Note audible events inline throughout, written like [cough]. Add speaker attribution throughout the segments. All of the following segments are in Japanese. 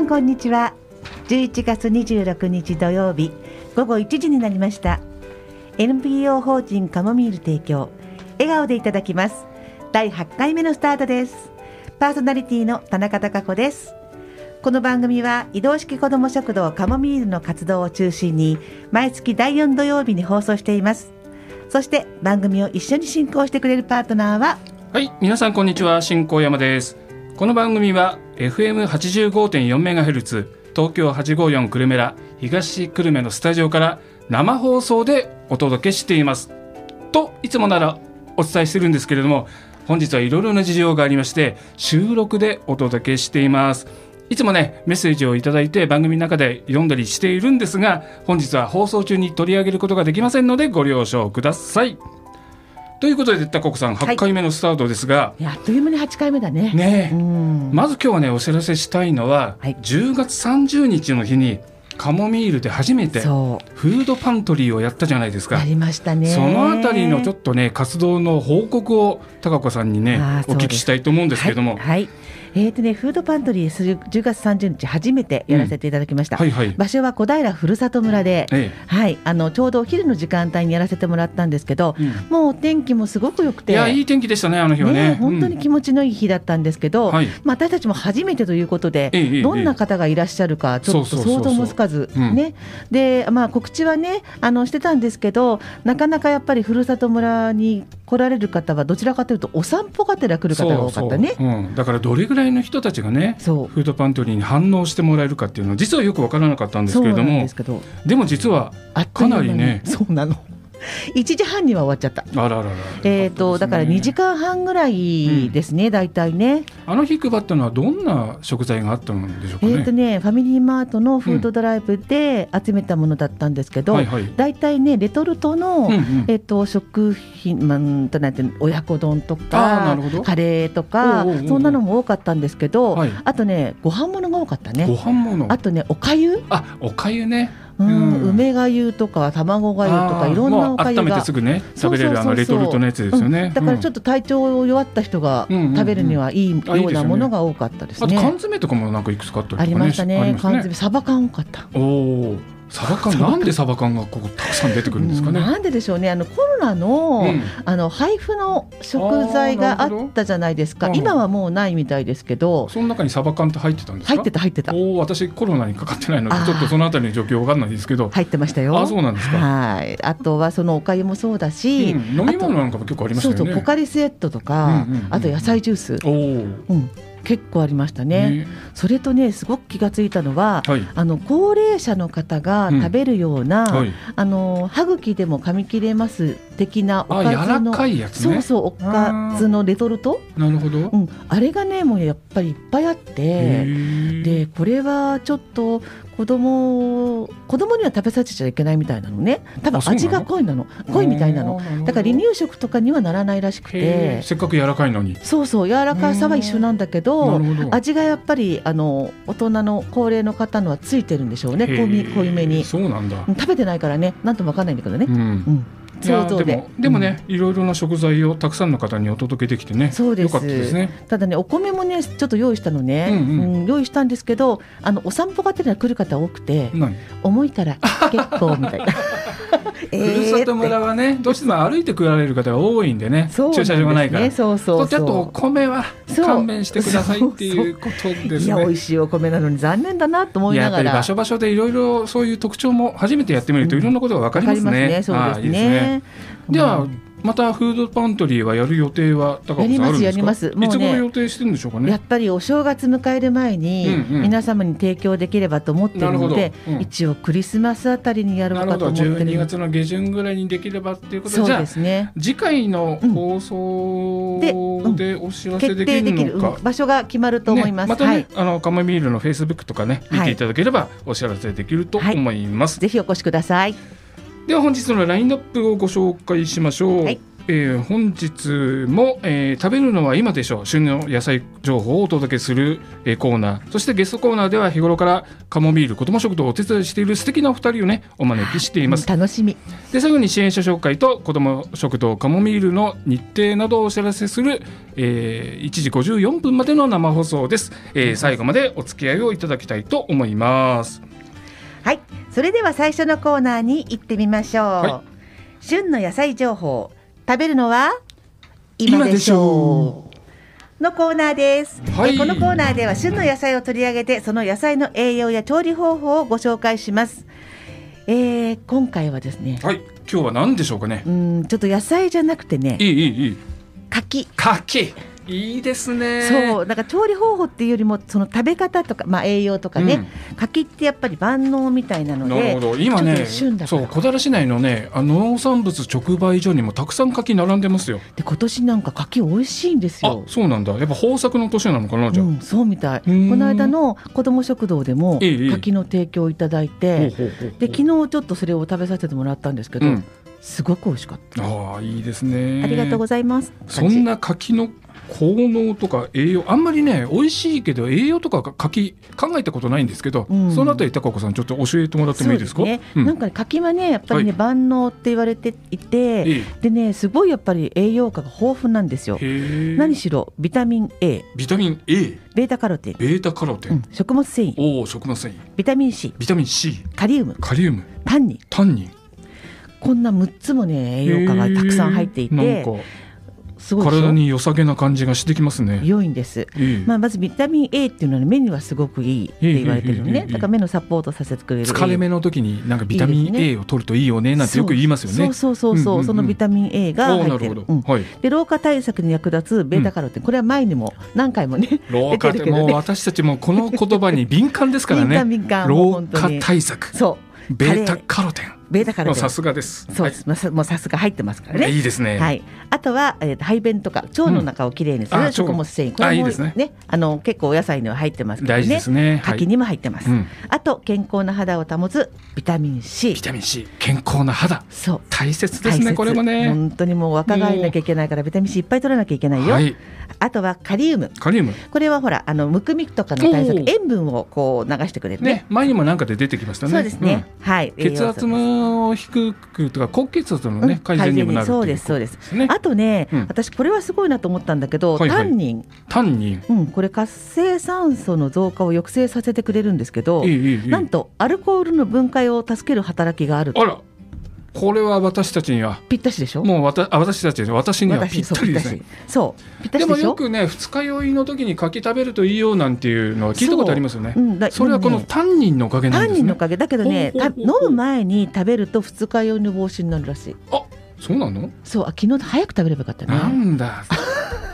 Speaker 1: んこんにちは11月26日土曜日午後1時になりました NPO 法人カモミール提供笑顔でいただきます第8回目のスタートですパーソナリティの田中貴子ですこの番組は移動式子ども食堂カモミールの活動を中心に毎月第4土曜日に放送していますそして番組を一緒に進行してくれるパートナーは
Speaker 2: はい、皆さんこんにちは、新高山です。この番組は FM85.4 メガヘルツ、東京854久留米ら東久留米のスタジオから生放送でお届けしています。といつもならお伝えしてるんですけれども、本日はいろいろな事情がありまして収録でお届けしています。いつもねメッセージをいただいて番組の中で読んだりしているんですが本日は放送中に取り上げることができませんのでご了承ください。ということでたここさん
Speaker 1: はい
Speaker 2: 8回目のスタートですが、
Speaker 1: いやあっという間に8回目だね
Speaker 2: ねえ
Speaker 1: うん
Speaker 2: まず今日はねお知らせしたいのは、
Speaker 1: はい
Speaker 2: 10月30日の日にカモミールで初めてフ
Speaker 1: そ
Speaker 2: ードパントリーをやったじゃないです
Speaker 1: う
Speaker 2: か
Speaker 1: や。りましたね
Speaker 2: そのあたりのちょっ
Speaker 1: と
Speaker 2: とね活動の報告を高子さんにね
Speaker 1: あーそ
Speaker 2: お
Speaker 1: う
Speaker 2: 聞
Speaker 1: で
Speaker 2: き
Speaker 1: す
Speaker 2: したいと思うんですけれども、
Speaker 1: はい、
Speaker 2: はい、
Speaker 1: はいえーとね、フードパントリーする10月30日初めてやらせていただきました、
Speaker 2: はい、
Speaker 1: 場所は小平ふるさと村で、
Speaker 2: え
Speaker 1: はい、あのちょうどお昼の時間帯にやらせてもらったんですけど、
Speaker 2: え、うん
Speaker 1: もう天気もすごく良くて
Speaker 2: いやいい天気でしたねあの日はね。
Speaker 1: ね本当に気持ちのいい日だったんですけ
Speaker 2: う
Speaker 1: ど、
Speaker 2: んはい、
Speaker 1: まあ、私たちも初めてということで、
Speaker 2: ええええ
Speaker 1: どんな方がいらっしゃるか、ちょっと
Speaker 2: そうそうそう
Speaker 1: 想
Speaker 2: そう
Speaker 1: 像もつかず、
Speaker 2: うん
Speaker 1: ねでまあ、告知はねあの、してたんですけど、なかなかやっぱりふるさと村に来られる方は、どちらかというと、お散歩がてら来る方が多かったね。
Speaker 2: そうそううん、だからどれぐらいの人たちがね
Speaker 1: そう
Speaker 2: フードパントリーに反応してもらえるかっていうのは実はよくわからなかったんですけれど
Speaker 1: そうなん
Speaker 2: も
Speaker 1: ですけど
Speaker 2: でも実は
Speaker 1: あっという間に
Speaker 2: かなりね
Speaker 1: そうなの [laughs] 1時半には終わっちゃった。
Speaker 2: あらららら
Speaker 1: えー、とだから2時間半ぐらいですね、大体ね。
Speaker 2: あの日配ったのはどんな食材があったんでしょうか
Speaker 1: え
Speaker 2: ね。
Speaker 1: ー、とねファミリーマートのフードドライブで集めたものだったんですけど、
Speaker 2: はいはい。
Speaker 1: 大体ねレトルトの、
Speaker 2: うんうん
Speaker 1: えっと、食品、まあうんとなんていうの親子丼と
Speaker 2: あーな
Speaker 1: か
Speaker 2: るほど
Speaker 1: カレーとか
Speaker 2: おうおうおうおう
Speaker 1: そんなのも多かったんですけど、
Speaker 2: はい
Speaker 1: あとねご飯物が多かった
Speaker 2: ご
Speaker 1: ね
Speaker 2: 飯物
Speaker 1: あ。とねおかゆ、
Speaker 2: あ、おかゆね。
Speaker 1: うん
Speaker 2: うん
Speaker 1: 梅がゆとか卵がゆと
Speaker 2: あ
Speaker 1: か
Speaker 2: ー
Speaker 1: いろんなおかゆ
Speaker 2: もう温め
Speaker 1: が
Speaker 2: てすぐね
Speaker 1: そう
Speaker 2: 食
Speaker 1: そうそうそう
Speaker 2: べれるあのレトルトのやつですよね。
Speaker 1: だからちょっ
Speaker 2: っ
Speaker 1: と体調を弱った人が
Speaker 2: うんうんうん
Speaker 1: 食べるにはいいよ
Speaker 2: あいいで
Speaker 1: う
Speaker 2: すよ
Speaker 1: な
Speaker 2: ね
Speaker 1: ものが多かったです
Speaker 2: あと
Speaker 1: ね。
Speaker 2: 缶詰とかもなんかいくつかあった
Speaker 1: あり
Speaker 2: りとかね。
Speaker 1: ました
Speaker 2: あり
Speaker 1: ね。
Speaker 2: ます
Speaker 1: 缶詰、サバ缶多かった。
Speaker 2: おおー。サ
Speaker 1: [laughs]
Speaker 2: バ缶なんでサバ缶がここたくさん出てくるんですか
Speaker 1: うん
Speaker 2: ね。
Speaker 1: なんででしょうね。あのコロナの、
Speaker 2: うん
Speaker 1: あの配布の食材があ
Speaker 2: あーなるほ
Speaker 1: っ
Speaker 2: ど
Speaker 1: たじゃないですか
Speaker 2: う。ん
Speaker 1: 今はもうないみたいですけど、
Speaker 2: その中にサバ缶って入ってたんですか。
Speaker 1: 入ってた入ってた。
Speaker 2: おお、私コロナにかかってないので
Speaker 1: あー
Speaker 2: ちょっとそのあたりの状況わかんないですけど。
Speaker 1: 入ってましたよ。
Speaker 2: あそうなんですか
Speaker 1: はい。あとはそのお粥もそうだ
Speaker 2: うん
Speaker 1: し、
Speaker 2: 飲み物なんかも結構ありまし
Speaker 1: そう
Speaker 2: た
Speaker 1: そ
Speaker 2: よ
Speaker 1: うポ
Speaker 2: ね。
Speaker 1: カリスエットとか、
Speaker 2: うんうんうんうん
Speaker 1: あと野菜ジュース、
Speaker 2: おお。
Speaker 1: うん、結構ありましたね。
Speaker 2: ね。
Speaker 1: それとね、すごく気がついたのは。
Speaker 2: はい。
Speaker 1: あの高齢者の方が食べるような、
Speaker 2: はい。
Speaker 1: あの歯茎でも噛み切れます的なお
Speaker 2: あ、
Speaker 1: か
Speaker 2: 柔
Speaker 1: ず
Speaker 2: ら
Speaker 1: の、
Speaker 2: かいやつ
Speaker 1: そう
Speaker 2: ね。
Speaker 1: そうおかずのレトルト、
Speaker 2: なるほど。
Speaker 1: うん、あれがねもうやっぱりいっぱいあってで
Speaker 2: で、
Speaker 1: これはちょっと子供を子供には食べさせちゃいけないみたいなのね多分
Speaker 2: あそうなの
Speaker 1: 味が濃いなの濃いみたいなの
Speaker 2: あーるほど
Speaker 1: だから離乳食とかにはならないらしく
Speaker 2: へー
Speaker 1: て
Speaker 2: せっかく柔らかいのに。
Speaker 1: そうそう柔らかさは一緒なんだけど
Speaker 2: なるほど
Speaker 1: 味がやっぱりあの大人の高齢の方のはついてるんでしょうね
Speaker 2: へー
Speaker 1: 濃い濃いめに
Speaker 2: そうなんだ
Speaker 1: う。ん食べてないからねなんともわかんないんだけどね
Speaker 2: う、ん。
Speaker 1: うん、
Speaker 2: いや
Speaker 1: 想
Speaker 2: ー
Speaker 1: 像
Speaker 2: で
Speaker 1: で
Speaker 2: もでもね、いろいろな食材をたくさんの方にお届けできてね、
Speaker 1: そうです
Speaker 2: よかったですね。
Speaker 1: ただねお米もねちょっと用意したのね、
Speaker 2: う
Speaker 1: うんん
Speaker 2: うん
Speaker 1: 用意したんですけどあのお散歩がてら来る方多くて
Speaker 2: 何
Speaker 1: 重いから結構みたいな。 [laughs] え
Speaker 2: [laughs] ふる
Speaker 1: ー
Speaker 2: さと村はね、どうしても歩いて来られる方が多いんでね、
Speaker 1: そうなんで
Speaker 2: 駐
Speaker 1: すね
Speaker 2: 車場がないから。
Speaker 1: そうそう
Speaker 2: ちょっとお
Speaker 1: そ
Speaker 2: 米は
Speaker 1: そう
Speaker 2: 勘弁してくださいっていうこと
Speaker 1: う。
Speaker 2: です
Speaker 1: いや美
Speaker 2: ね。
Speaker 1: 味しいお米なのに残念だなと思
Speaker 2: い
Speaker 1: い
Speaker 2: やや
Speaker 1: な
Speaker 2: っ
Speaker 1: が
Speaker 2: ぱり
Speaker 1: ら。
Speaker 2: 場所場所でいろいろそういう特徴も初めてやってみるといろんなことがわかります
Speaker 1: わ
Speaker 2: ね。
Speaker 1: そうです
Speaker 2: あー
Speaker 1: ね。
Speaker 2: いいですね。で
Speaker 1: う
Speaker 2: は
Speaker 1: ん
Speaker 2: またフードパントリーはやる予定は高
Speaker 1: や
Speaker 2: 岡
Speaker 1: り
Speaker 2: さん
Speaker 1: ま
Speaker 2: あるん
Speaker 1: す
Speaker 2: で
Speaker 1: や
Speaker 2: す
Speaker 1: り
Speaker 2: か
Speaker 1: ま
Speaker 2: い
Speaker 1: す。
Speaker 2: つ
Speaker 1: もう
Speaker 2: 頃
Speaker 1: ね
Speaker 2: 予。定してるんでしょうか
Speaker 1: やっ
Speaker 2: ね
Speaker 1: ぱりお正月迎える前に
Speaker 2: うんうん
Speaker 1: 皆様に提供できればと思ってるの
Speaker 2: なる
Speaker 1: で
Speaker 2: ほどうん
Speaker 1: 一応クリスマスあたりにやろ
Speaker 2: な
Speaker 1: う
Speaker 2: るほ
Speaker 1: かと
Speaker 2: ど
Speaker 1: 思ってる
Speaker 2: 12月の下旬ぐらいにできればっていうことで
Speaker 1: そう
Speaker 2: じゃ
Speaker 1: で
Speaker 2: あ
Speaker 1: すね
Speaker 2: 次回の放送でお知らせ
Speaker 1: 決
Speaker 2: で
Speaker 1: 定で
Speaker 2: き
Speaker 1: き
Speaker 2: る
Speaker 1: る、
Speaker 2: のか
Speaker 1: うん場所が決まると思います、
Speaker 2: ね、またね、
Speaker 1: はい
Speaker 2: あのカモミールのフェイスブックとかね見
Speaker 1: は
Speaker 2: て
Speaker 1: い
Speaker 2: いただければお知らせできると思います、
Speaker 1: ぜひお越しください
Speaker 2: では本日のラインナップをご紹介しましょう、
Speaker 1: はい
Speaker 2: えー本日も、えー食べるのは今でしょう旬の野菜情報をお届けする、えーコーナーそしてゲストコーナーでは日頃からカモミール子ども食堂をお手伝いしている素敵なお二人をねお招きしています
Speaker 1: 楽しみ
Speaker 2: で最後に支援者紹介と子ども食堂カモミールの日程などをお知らせする、えー1時54分までの生放送です、えー最後までお付き合いをいただきたいと思います
Speaker 1: はいそれでは最初のコーナーに行ってみましょう、
Speaker 2: は
Speaker 1: 旬の野菜情報食べるのは
Speaker 2: 今
Speaker 1: 今
Speaker 2: で
Speaker 1: で
Speaker 2: し
Speaker 1: し
Speaker 2: ょ
Speaker 1: ょうのコーナーです、
Speaker 2: はい
Speaker 1: えこのコーナーでは旬の野菜を取り上げてその野菜の栄養や調理方法をご紹介します、えー、今回はですね
Speaker 2: はい今日は何でしょうかね
Speaker 1: うーんちょっと野菜じゃなくてね
Speaker 2: いいいいいい
Speaker 1: 柿
Speaker 2: 柿いいですね
Speaker 1: そうなんか調理方法っていうよりもその食べ方とか、まあ、栄養とかね、柿ってやっぱり万能みたいなの
Speaker 2: なる
Speaker 1: で
Speaker 2: ほど今
Speaker 1: ちょっ
Speaker 2: ね
Speaker 1: と旬だか
Speaker 2: そう
Speaker 1: ら
Speaker 2: 小平市内のねあ農産物直売所にもたくさん柿並んでますよ
Speaker 1: で今年なんか柿美味しいんです
Speaker 2: あ
Speaker 1: よ。
Speaker 2: そうなんだやっぱ豊作の年なのかなじゃあ、
Speaker 1: うん、そうみたいこ
Speaker 2: ーん
Speaker 1: の間の子ども食堂でも
Speaker 2: ええ
Speaker 1: 柿の提供をいただい
Speaker 2: ほう
Speaker 1: て
Speaker 2: ほうほうほう
Speaker 1: で昨日ちょっとそれを食べさせてもらったんですけど、
Speaker 2: うん
Speaker 1: すごく美味しかった、
Speaker 2: ああいいですね
Speaker 1: ありがとうございます
Speaker 2: そんな柿の効能とか栄養あんまりね美味しいけど栄養とか柿考えたことないんですけど、
Speaker 1: うん
Speaker 2: そのあたり高子さんちょっと教えてもらってもいいです
Speaker 1: そ
Speaker 2: か
Speaker 1: うね
Speaker 2: うん
Speaker 1: なんかね柿はねやっぱりね、
Speaker 2: は
Speaker 1: 万能って言われていて、
Speaker 2: え
Speaker 1: でねすごいやっぱり栄養価が豊富なんですよ
Speaker 2: えへえ
Speaker 1: 何しろビタミン A
Speaker 2: ビタミン A
Speaker 1: ベータカロテン、
Speaker 2: ベータカロテ
Speaker 1: う
Speaker 2: ン、
Speaker 1: ん食物繊維
Speaker 2: おお食物繊維
Speaker 1: ビタミン C
Speaker 2: ビタミン C
Speaker 1: カリウム
Speaker 2: カリウム
Speaker 1: タンニン
Speaker 2: タンニン
Speaker 1: こんな6つもね栄養価がたくさん入っていて、
Speaker 2: へーなんか
Speaker 1: すごいでしょ
Speaker 2: 体に良さげな感じがしてきますね。
Speaker 1: 良いんです、
Speaker 2: ええ
Speaker 1: まあ、まずビタミン A っていうのは目にはすごくいいって言われてるの
Speaker 2: えええええ
Speaker 1: ね
Speaker 2: え
Speaker 1: だから目のサポートさせてくれる
Speaker 2: 疲れ目の時になんかビタ
Speaker 1: い
Speaker 2: ミ
Speaker 1: い
Speaker 2: ン
Speaker 1: ですね
Speaker 2: A を取るといいよねなんてよく言いますよね。
Speaker 1: そうそうそうそう,、
Speaker 2: うんうんうん
Speaker 1: そのビタミン A が
Speaker 2: おー
Speaker 1: 入
Speaker 2: な
Speaker 1: って
Speaker 2: るほ
Speaker 1: る
Speaker 2: ど、
Speaker 1: うん
Speaker 2: はい。
Speaker 1: で老化対策に役立つベータカロテン、これは前にも何回もね
Speaker 2: 老化ってもう私たちもこの言葉に敏感ですから
Speaker 1: 敏感
Speaker 2: ね。
Speaker 1: 敏感もう
Speaker 2: 老
Speaker 1: 本当
Speaker 2: 化
Speaker 1: に
Speaker 2: 対策
Speaker 1: そう
Speaker 2: ベータカロテン。
Speaker 1: ベータカ
Speaker 2: も
Speaker 1: ロ
Speaker 2: う
Speaker 1: テン
Speaker 2: さすがです。
Speaker 1: そう
Speaker 2: はい
Speaker 1: です、まあさもうさすが入ってますからね
Speaker 2: いいですね。
Speaker 1: はい、あとは、えー、排便とか腸の中をきれいにす
Speaker 2: うんあ
Speaker 1: る
Speaker 2: 腸
Speaker 1: 食物繊維、これ
Speaker 2: あ
Speaker 1: も
Speaker 2: いいですね
Speaker 1: あの結構お野菜には入ってますから
Speaker 2: 大
Speaker 1: ね
Speaker 2: 事ですね。はい
Speaker 1: 柿にも入ってます、
Speaker 2: うん
Speaker 1: あと健康な肌を保つビタミン C
Speaker 2: ビタミン C 健康な肌
Speaker 1: そう
Speaker 2: 大切ですねこれもね。
Speaker 1: 本当にもう若返らなきゃいけないからビタミン C いっぱい取らなきゃいけないよ、
Speaker 2: はい
Speaker 1: あとはカリウム
Speaker 2: カリウム
Speaker 1: これはほらあのむくみとかの対
Speaker 2: お
Speaker 1: 策
Speaker 2: ー
Speaker 1: 塩分をこう流してくれるね
Speaker 2: ね前にもなんかで出てきましたね。
Speaker 1: そうですね、はい栄養
Speaker 2: 血
Speaker 1: 素
Speaker 2: 圧も低くとか高血圧の
Speaker 1: う
Speaker 2: ね
Speaker 1: ん
Speaker 2: 改善にもなる
Speaker 1: そう
Speaker 2: とい
Speaker 1: で
Speaker 2: う
Speaker 1: すそうです
Speaker 2: ことですね。
Speaker 1: あとね、
Speaker 2: うん
Speaker 1: 私これはすごいなと思ったんだけど、
Speaker 2: はいはい
Speaker 1: タンニン
Speaker 2: タンニン、
Speaker 1: うん、これ活性酸素の増加を抑制させてくれるんですけど、
Speaker 2: いいいいいい
Speaker 1: なんとアルコールの分解を助ける働きがある
Speaker 2: あら、これは私たちには
Speaker 1: ぴったしでしょ
Speaker 2: もうわたあ私たち私にはぴ
Speaker 1: 私
Speaker 2: ったりですね。
Speaker 1: そうぴったしそうぴったし
Speaker 2: でも
Speaker 1: でし
Speaker 2: よ
Speaker 1: ょ
Speaker 2: くね二日酔いの時に柿食べるといいよなんていうのは聞いたことありますよね
Speaker 1: う。んだ
Speaker 2: それはこの
Speaker 1: でもね
Speaker 2: タンニンのおかげな
Speaker 1: タ
Speaker 2: ん
Speaker 1: ン
Speaker 2: で
Speaker 1: ニ
Speaker 2: す
Speaker 1: ンのお。
Speaker 2: ね
Speaker 1: かげだけどね
Speaker 2: ほうほう
Speaker 1: た
Speaker 2: ほう
Speaker 1: 飲む前に食べると二日酔いの防止になるらしい
Speaker 2: そうなの？
Speaker 1: そうあ昨日早く食べればよかった
Speaker 2: な
Speaker 1: ね。
Speaker 2: んだ。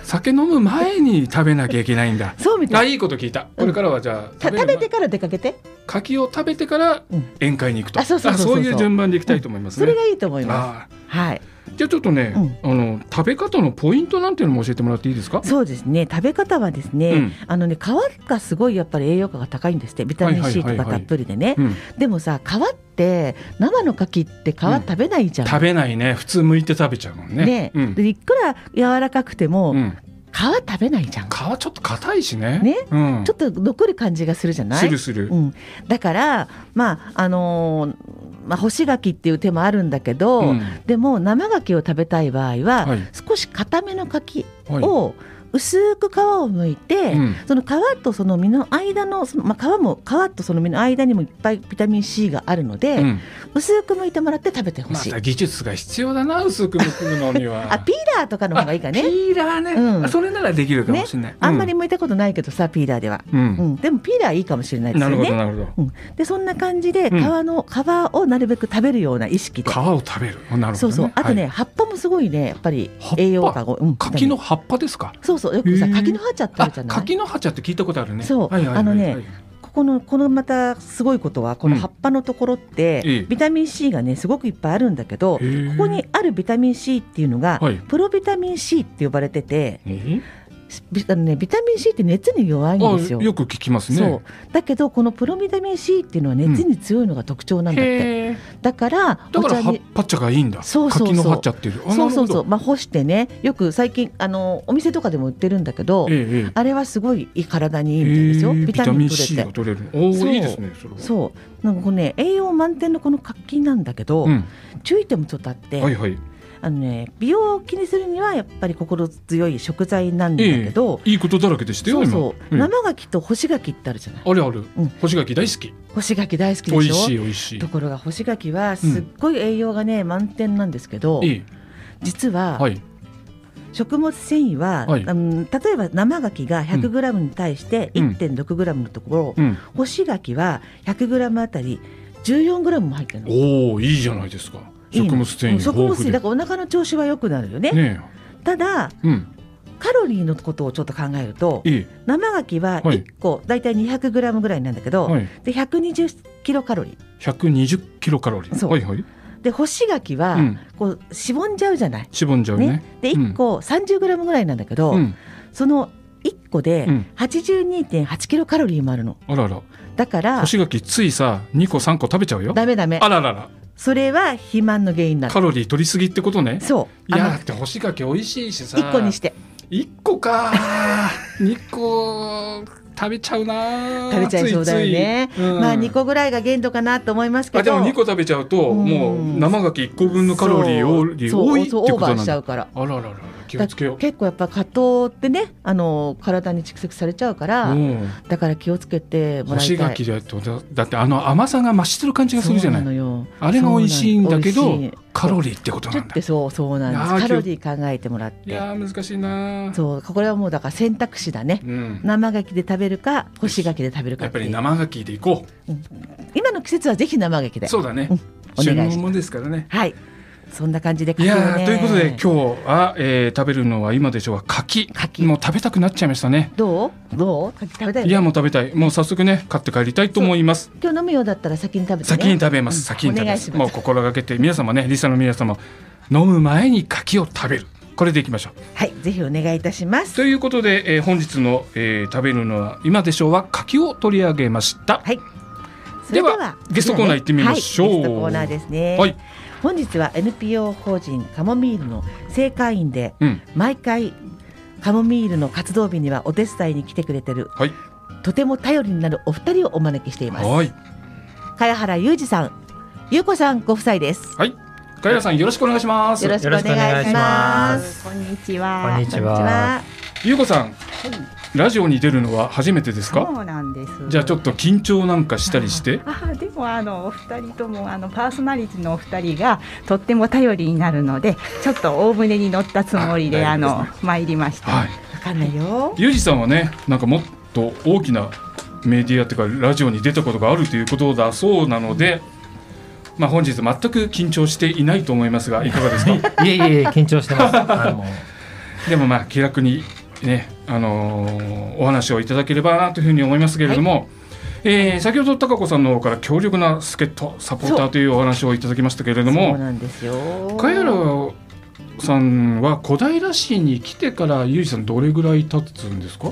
Speaker 2: 酒飲む前に食べなきゃいけないんだ
Speaker 1: そうみた
Speaker 2: あ
Speaker 1: い
Speaker 2: いいこと聞いた。これからはじゃあ
Speaker 1: た食べてから出かけて
Speaker 2: 柿を食べてから
Speaker 1: うん
Speaker 2: 宴会に行くと。
Speaker 1: あそうそうそうそう
Speaker 2: いう順番でいきたいと思います
Speaker 1: そ
Speaker 2: ね
Speaker 1: れ。がいいと思いま
Speaker 2: ああ
Speaker 1: すはい
Speaker 2: じゃあちょっとね、あの食べ方のポイントなんていうのも教えてもらっていいですか？
Speaker 1: そうですね食べ方はですね、
Speaker 2: うん
Speaker 1: あのね皮がすごいやっぱり栄養価が高いんですってビタミン C
Speaker 2: はい
Speaker 1: と
Speaker 2: はいは
Speaker 1: か
Speaker 2: いは
Speaker 1: た
Speaker 2: い
Speaker 1: っぷりでね
Speaker 2: うん、
Speaker 1: でもさ皮って生の柿って皮食べないじゃん、
Speaker 2: 食べないね。普通剥いて食べちゃうもんね。
Speaker 1: ね
Speaker 2: うん。
Speaker 1: でいくら柔らかくても、
Speaker 2: うん
Speaker 1: 皮食べないじゃん、
Speaker 2: 皮ちょっと硬いしね。
Speaker 1: ね
Speaker 2: うん。
Speaker 1: ちょっと残る感じがするじゃない
Speaker 2: するする
Speaker 1: う。ん、だからまああのーまあ、干し柿っていう手もあるんだけど、
Speaker 2: うん
Speaker 1: でも生柿を食べたい場合は、
Speaker 2: はい
Speaker 1: 少し固めの柿
Speaker 2: はい
Speaker 1: を薄く皮を剥いて、
Speaker 2: うん
Speaker 1: その皮とその実の間のその、まあ、皮も皮とその実の間にもいっぱいビタミン C があるので、
Speaker 2: うん
Speaker 1: 薄く剥いてもらって食べてほ
Speaker 2: ま
Speaker 1: しい、
Speaker 2: た技術が必要だな薄く剥くのに
Speaker 1: [laughs]
Speaker 2: は。
Speaker 1: あピーラーとかの方がいいか
Speaker 2: あピ
Speaker 1: ね
Speaker 2: ーラーね、
Speaker 1: うん
Speaker 2: それならできるかもしれない。
Speaker 1: あんまり
Speaker 2: う
Speaker 1: 剥いたことないけどさピーラーでは、
Speaker 2: ん。
Speaker 1: うん、でもピーラーいいかもしれない
Speaker 2: うん
Speaker 1: です
Speaker 2: な
Speaker 1: よ
Speaker 2: るほど
Speaker 1: ね
Speaker 2: なるほど。
Speaker 1: うん、でそんな感じで皮
Speaker 2: うん
Speaker 1: の、皮をなるべく食べるような意識で
Speaker 2: 皮を食べる。なるほど、ね。
Speaker 1: そうそう。あとね、
Speaker 2: はい
Speaker 1: 葉っぱもすごいね、やっぱり
Speaker 2: 葉っぱ
Speaker 1: 栄養価が、うん
Speaker 2: 柿の。葉っぱですか。
Speaker 1: そうそう、よくさ、
Speaker 2: へー
Speaker 1: 柿の葉茶ってあ
Speaker 2: あ
Speaker 1: るじゃない。
Speaker 2: 柿の葉茶って聞いたことあるね。
Speaker 1: そう
Speaker 2: はいはいはい
Speaker 1: あのね
Speaker 2: はい
Speaker 1: ここの、このまたすごいことは、この
Speaker 2: うん
Speaker 1: 葉っぱのところって、
Speaker 2: ええ
Speaker 1: ビタミン C がね、すごくいっぱいあるんだけど。
Speaker 2: へー
Speaker 1: ここにあるビタミン C っていうのが、
Speaker 2: はい
Speaker 1: プロビタミン C って呼ばれてて、
Speaker 2: え
Speaker 1: ビあのね、ビタミン C って熱に弱いんですよ。
Speaker 2: あよく聞きますね。
Speaker 1: そうだけどこのプロビタミン C っていうのは熱に強いのが特徴なんだって、
Speaker 2: へえ。
Speaker 1: だから
Speaker 2: だ
Speaker 1: お
Speaker 2: か
Speaker 1: 茶
Speaker 2: ら葉っ
Speaker 1: に
Speaker 2: ぱ茶がいいんだ。
Speaker 1: そうそうそう
Speaker 2: 柿の葉っ茶っていう。あ
Speaker 1: そうそうそう、
Speaker 2: なるほど
Speaker 1: まあ、干してねよく最近あのお店とかでも売ってるんだけど、
Speaker 2: ええええ
Speaker 1: あれはすごい体にいいみたいですよ、
Speaker 2: ええビ
Speaker 1: ビタ
Speaker 2: タ
Speaker 1: ミ
Speaker 2: ミ
Speaker 1: ン
Speaker 2: ン
Speaker 1: 取
Speaker 2: C
Speaker 1: れ
Speaker 2: が
Speaker 1: て。
Speaker 2: 取れる。おお
Speaker 1: そう
Speaker 2: いいですね。それは。
Speaker 1: そうなんかこうね栄養満点のこの活気なんだけど、
Speaker 2: うん。
Speaker 1: 注意点もちょっとあって、
Speaker 2: はいはい。
Speaker 1: あのね、美容を気にするにはやっぱり心強い食材なんだ
Speaker 2: え
Speaker 1: けど、
Speaker 2: えいいことだらけでしたよ
Speaker 1: そう
Speaker 2: 今。
Speaker 1: そう、
Speaker 2: ん
Speaker 1: 生牡蠣と干し牡蠣ってあるじゃない
Speaker 2: あるある
Speaker 1: うん。
Speaker 2: 干し柿大好き。
Speaker 1: 干し牡蠣大好き
Speaker 2: 美
Speaker 1: でし
Speaker 2: 味
Speaker 1: ょ
Speaker 2: しい美味しい
Speaker 1: と。ころが干し柿はすっごい栄養がね、満点なんですけど、
Speaker 2: ええ
Speaker 1: 実は
Speaker 2: はい。
Speaker 1: 食物繊維は、
Speaker 2: はい
Speaker 1: うん例えば生牡蠣が 100g に対して
Speaker 2: うん
Speaker 1: 1.6g のところ、
Speaker 2: うん。
Speaker 1: 干し柿は 100g あたり 14g も入ってるの。
Speaker 2: おおいいじゃないですか。
Speaker 1: いい
Speaker 2: 食
Speaker 1: の
Speaker 2: 物繊維
Speaker 1: うん
Speaker 2: 豊
Speaker 1: 食物繊維
Speaker 2: 富
Speaker 1: だ
Speaker 2: で。
Speaker 1: からお腹の調子は良くなるよね
Speaker 2: ね
Speaker 1: ただ
Speaker 2: え。うん。
Speaker 1: カロリーのことをちょっと考えると
Speaker 2: ええ。
Speaker 1: 生牡蠣は
Speaker 2: はい
Speaker 1: 1個大体 200g ぐらいなんだけど、
Speaker 2: はい。
Speaker 1: で120キロカロリ
Speaker 2: 百二十キロカロリー。
Speaker 1: そう
Speaker 2: はいはい。
Speaker 1: ーで干し柿は、
Speaker 2: うん。
Speaker 1: こうしぼんじゃうじゃない。
Speaker 2: しぼんじゃうね
Speaker 1: ね。、で1個 30g ぐらいなんだけど、
Speaker 2: うん。
Speaker 1: その1個で
Speaker 2: うん
Speaker 1: 82.8キロカロリーもあるの
Speaker 2: あらら。
Speaker 1: だから
Speaker 2: 干し柿ついさ2個3個食べちゃうよ
Speaker 1: ダメダメ
Speaker 2: あららら
Speaker 1: それは肥満の原因になる
Speaker 2: カロリー取りすぎってことね
Speaker 1: そう
Speaker 2: いや
Speaker 1: あ
Speaker 2: だ
Speaker 1: の
Speaker 2: って干し柿美味しいしさ
Speaker 1: 1個にして
Speaker 2: 1個か2個食べちゃうな
Speaker 1: 食べちゃいそうだよね
Speaker 2: ついついうん
Speaker 1: まあ2個ぐらいが限度かなと思いますけ
Speaker 2: あで
Speaker 1: ど
Speaker 2: も2個食べちゃうと
Speaker 1: うん
Speaker 2: もう生柿1個分のカロリー
Speaker 1: そう
Speaker 2: 多い多いって
Speaker 1: そう
Speaker 2: こ
Speaker 1: オーバ
Speaker 2: と
Speaker 1: ー
Speaker 2: な
Speaker 1: し
Speaker 2: ん
Speaker 1: ちゃ
Speaker 2: だ
Speaker 1: うから
Speaker 2: あらららら気をつけよ
Speaker 1: だ結構やっぱ加糖ってねあの体に蓄積されちゃうか
Speaker 2: う
Speaker 1: ら、
Speaker 2: うん
Speaker 1: だから気をつけても
Speaker 2: 干
Speaker 1: らいた
Speaker 2: し
Speaker 1: い
Speaker 2: 柿だとだだってあの甘さが増してる感じがするじゃない
Speaker 1: そうなのよ
Speaker 2: あれが美味しいんだけ
Speaker 1: そうな
Speaker 2: ど
Speaker 1: の美味しい
Speaker 2: カロリーってこと
Speaker 1: ち
Speaker 2: な
Speaker 1: ょっ
Speaker 2: んだ
Speaker 1: とそうそうなん
Speaker 2: いやー
Speaker 1: ですカロリー考えてもらっ
Speaker 2: い
Speaker 1: て
Speaker 2: やー難しいな
Speaker 1: そうこれはもうだから選択肢だね
Speaker 2: うん
Speaker 1: 生牡蠣で食べるか干し牡蠣で食べるか
Speaker 2: やってぱ
Speaker 1: いう
Speaker 2: り生牡蠣でいこ
Speaker 1: 今の季節はぜひ生牡蠣
Speaker 2: う。
Speaker 1: で
Speaker 2: そうだね
Speaker 1: う。んお
Speaker 2: 旬
Speaker 1: 願い
Speaker 2: の
Speaker 1: しま
Speaker 2: もんですからね。
Speaker 1: すはいそんな感じで
Speaker 2: い
Speaker 1: 牡蠣を
Speaker 2: や
Speaker 1: ね
Speaker 2: ーということで今日は、えー食べるのは今でしょうが柿
Speaker 1: 柿
Speaker 2: もう食べたくなっちゃいましたね。
Speaker 1: どうどう牡蠣食べたい
Speaker 2: いやもう食べたい。もう早速ね買って帰りたいと思います。
Speaker 1: 今日飲むようだったら先に食べてね
Speaker 2: 先に食べます。
Speaker 1: うん
Speaker 2: 先に食べま
Speaker 1: お願い
Speaker 2: す。
Speaker 1: し
Speaker 2: も
Speaker 1: ま
Speaker 2: う
Speaker 1: す
Speaker 2: 心がけて皆様ねリサの皆様飲む前に柿を食べる。これでいきましょう。
Speaker 1: はいぜひお願いいたします
Speaker 2: ということで、えー本日の、えー食べるのは今でしょうは柿を取り上げました。
Speaker 1: はいそれでは
Speaker 2: ではゲストコーナー行ってみましょう
Speaker 1: はいゲストコーナーですね、
Speaker 2: はい
Speaker 1: 本日は NPO 法人カモミールの正会員で
Speaker 2: うん
Speaker 1: 毎回カモミールの活動日にはお手伝いに来てくれてる
Speaker 2: はい
Speaker 1: とても頼りになるお二人をお招きしています
Speaker 2: はい
Speaker 1: 茅原裕二さん優子さんご夫妻です
Speaker 2: はい。ガイラさんよろしくお願いします。
Speaker 1: よろしくお願いします
Speaker 3: こんにちは。
Speaker 4: こんにちは
Speaker 2: ゆうこさん、ラジオに出るのは初めてですか
Speaker 3: そうなんです。
Speaker 2: じゃあちょっと緊張なんかしたりして
Speaker 3: あでもあのお二人ともあのパーソナリティのお二人がとっても頼りになる
Speaker 2: [laughs]
Speaker 3: のでちょっと大船に乗ったつもりで
Speaker 2: あ
Speaker 3: あ
Speaker 2: 大丈夫
Speaker 3: の参りました、
Speaker 2: はい
Speaker 1: わかんないよ
Speaker 2: ゆうじさんはねなんかもっと大きなメディアというかラジオに出たことがあるということだそうなので、まあ、本日全く緊張していないと思いますがいかがですか
Speaker 4: いえいえいえ緊張してま
Speaker 2: [laughs]
Speaker 4: す。あの
Speaker 2: でもまあ気楽にね、あのーお話をいただければなというふうに思いますけれども、えー先ほど高子さんの方から強力な助っ人サポーターというお話をいただきましたけれども
Speaker 1: そうなんですよ
Speaker 2: カエラさんは小平市に来てからゆうじさんどれぐらい経つんですか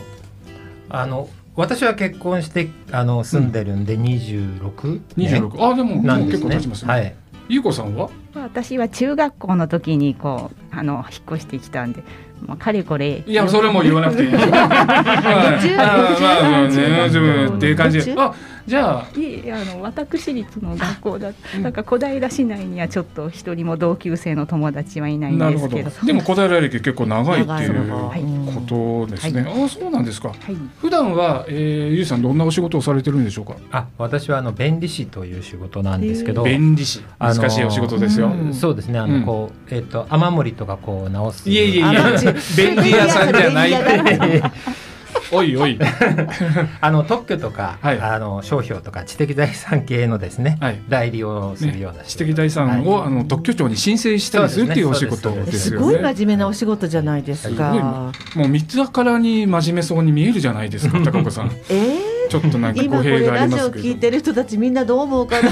Speaker 4: あの私は結婚してあの住んでるんで二十六
Speaker 2: 26、あでも
Speaker 4: なん
Speaker 2: もう
Speaker 4: で
Speaker 2: 結
Speaker 4: す
Speaker 2: 構
Speaker 4: ね。
Speaker 2: 経ちますね、
Speaker 4: はい。
Speaker 2: ゆうこさんは
Speaker 3: 私は中学校の時にこうあの引っ越してきたんで、まあ、かれこれ
Speaker 2: いやそれも言わな
Speaker 1: [laughs]
Speaker 2: くていいまあまあまあね自分っていう感じで
Speaker 1: 50
Speaker 2: あじゃあ
Speaker 3: いえいえあの私立の学校だったなんか小平市内にはちょっと一人も同級生の友達はいないん
Speaker 2: なる
Speaker 3: で
Speaker 2: ほ
Speaker 3: す
Speaker 2: ど
Speaker 3: けど
Speaker 2: でも小平歴結構長いってい
Speaker 1: 長いの
Speaker 2: う
Speaker 1: が
Speaker 2: ことですね、あそうなんですか
Speaker 3: はい
Speaker 2: 普段は、えー、ゆうじさんどんなお仕事をされてるんでしょうか
Speaker 4: あ私はあの弁理士という仕事なんですけど。
Speaker 2: 便利士
Speaker 4: あの
Speaker 2: 難しいお仕事ですよ、
Speaker 1: うん
Speaker 4: そうですね。あ
Speaker 2: うん
Speaker 4: のこう、えっ、と雨漏りとかこう直す。
Speaker 2: いえいえいえ
Speaker 1: あまあ
Speaker 2: 便利屋さんじゃない
Speaker 1: 便利屋だ
Speaker 2: おいおい
Speaker 4: [laughs] あの特許とか、
Speaker 2: はい
Speaker 4: あの商標とか知的財産系のですね、
Speaker 2: はい
Speaker 4: 代理を [laughs] するような
Speaker 2: ね
Speaker 4: 仕
Speaker 2: 知
Speaker 4: 事
Speaker 2: 的財産を、あの特許庁に申請したりするっていうお
Speaker 4: そ
Speaker 2: 仕
Speaker 4: うですね
Speaker 2: 事です
Speaker 1: す
Speaker 2: よ
Speaker 1: ごい真
Speaker 2: ね。
Speaker 1: 面目なお仕事じゃないですか。
Speaker 2: もう見たからに真面目そうに見えるじゃないで
Speaker 1: [laughs]
Speaker 2: すか、高子さん。
Speaker 1: ええ
Speaker 2: ちょっとなんか
Speaker 1: 今
Speaker 2: 語
Speaker 1: こ
Speaker 2: 弊
Speaker 1: れ
Speaker 2: があ
Speaker 1: ラ
Speaker 2: り
Speaker 1: ジ
Speaker 2: ま
Speaker 1: オ
Speaker 2: すけ
Speaker 1: 聞い
Speaker 2: ど。
Speaker 1: てる人た
Speaker 2: [laughs]
Speaker 1: ちみんなどう思うかな。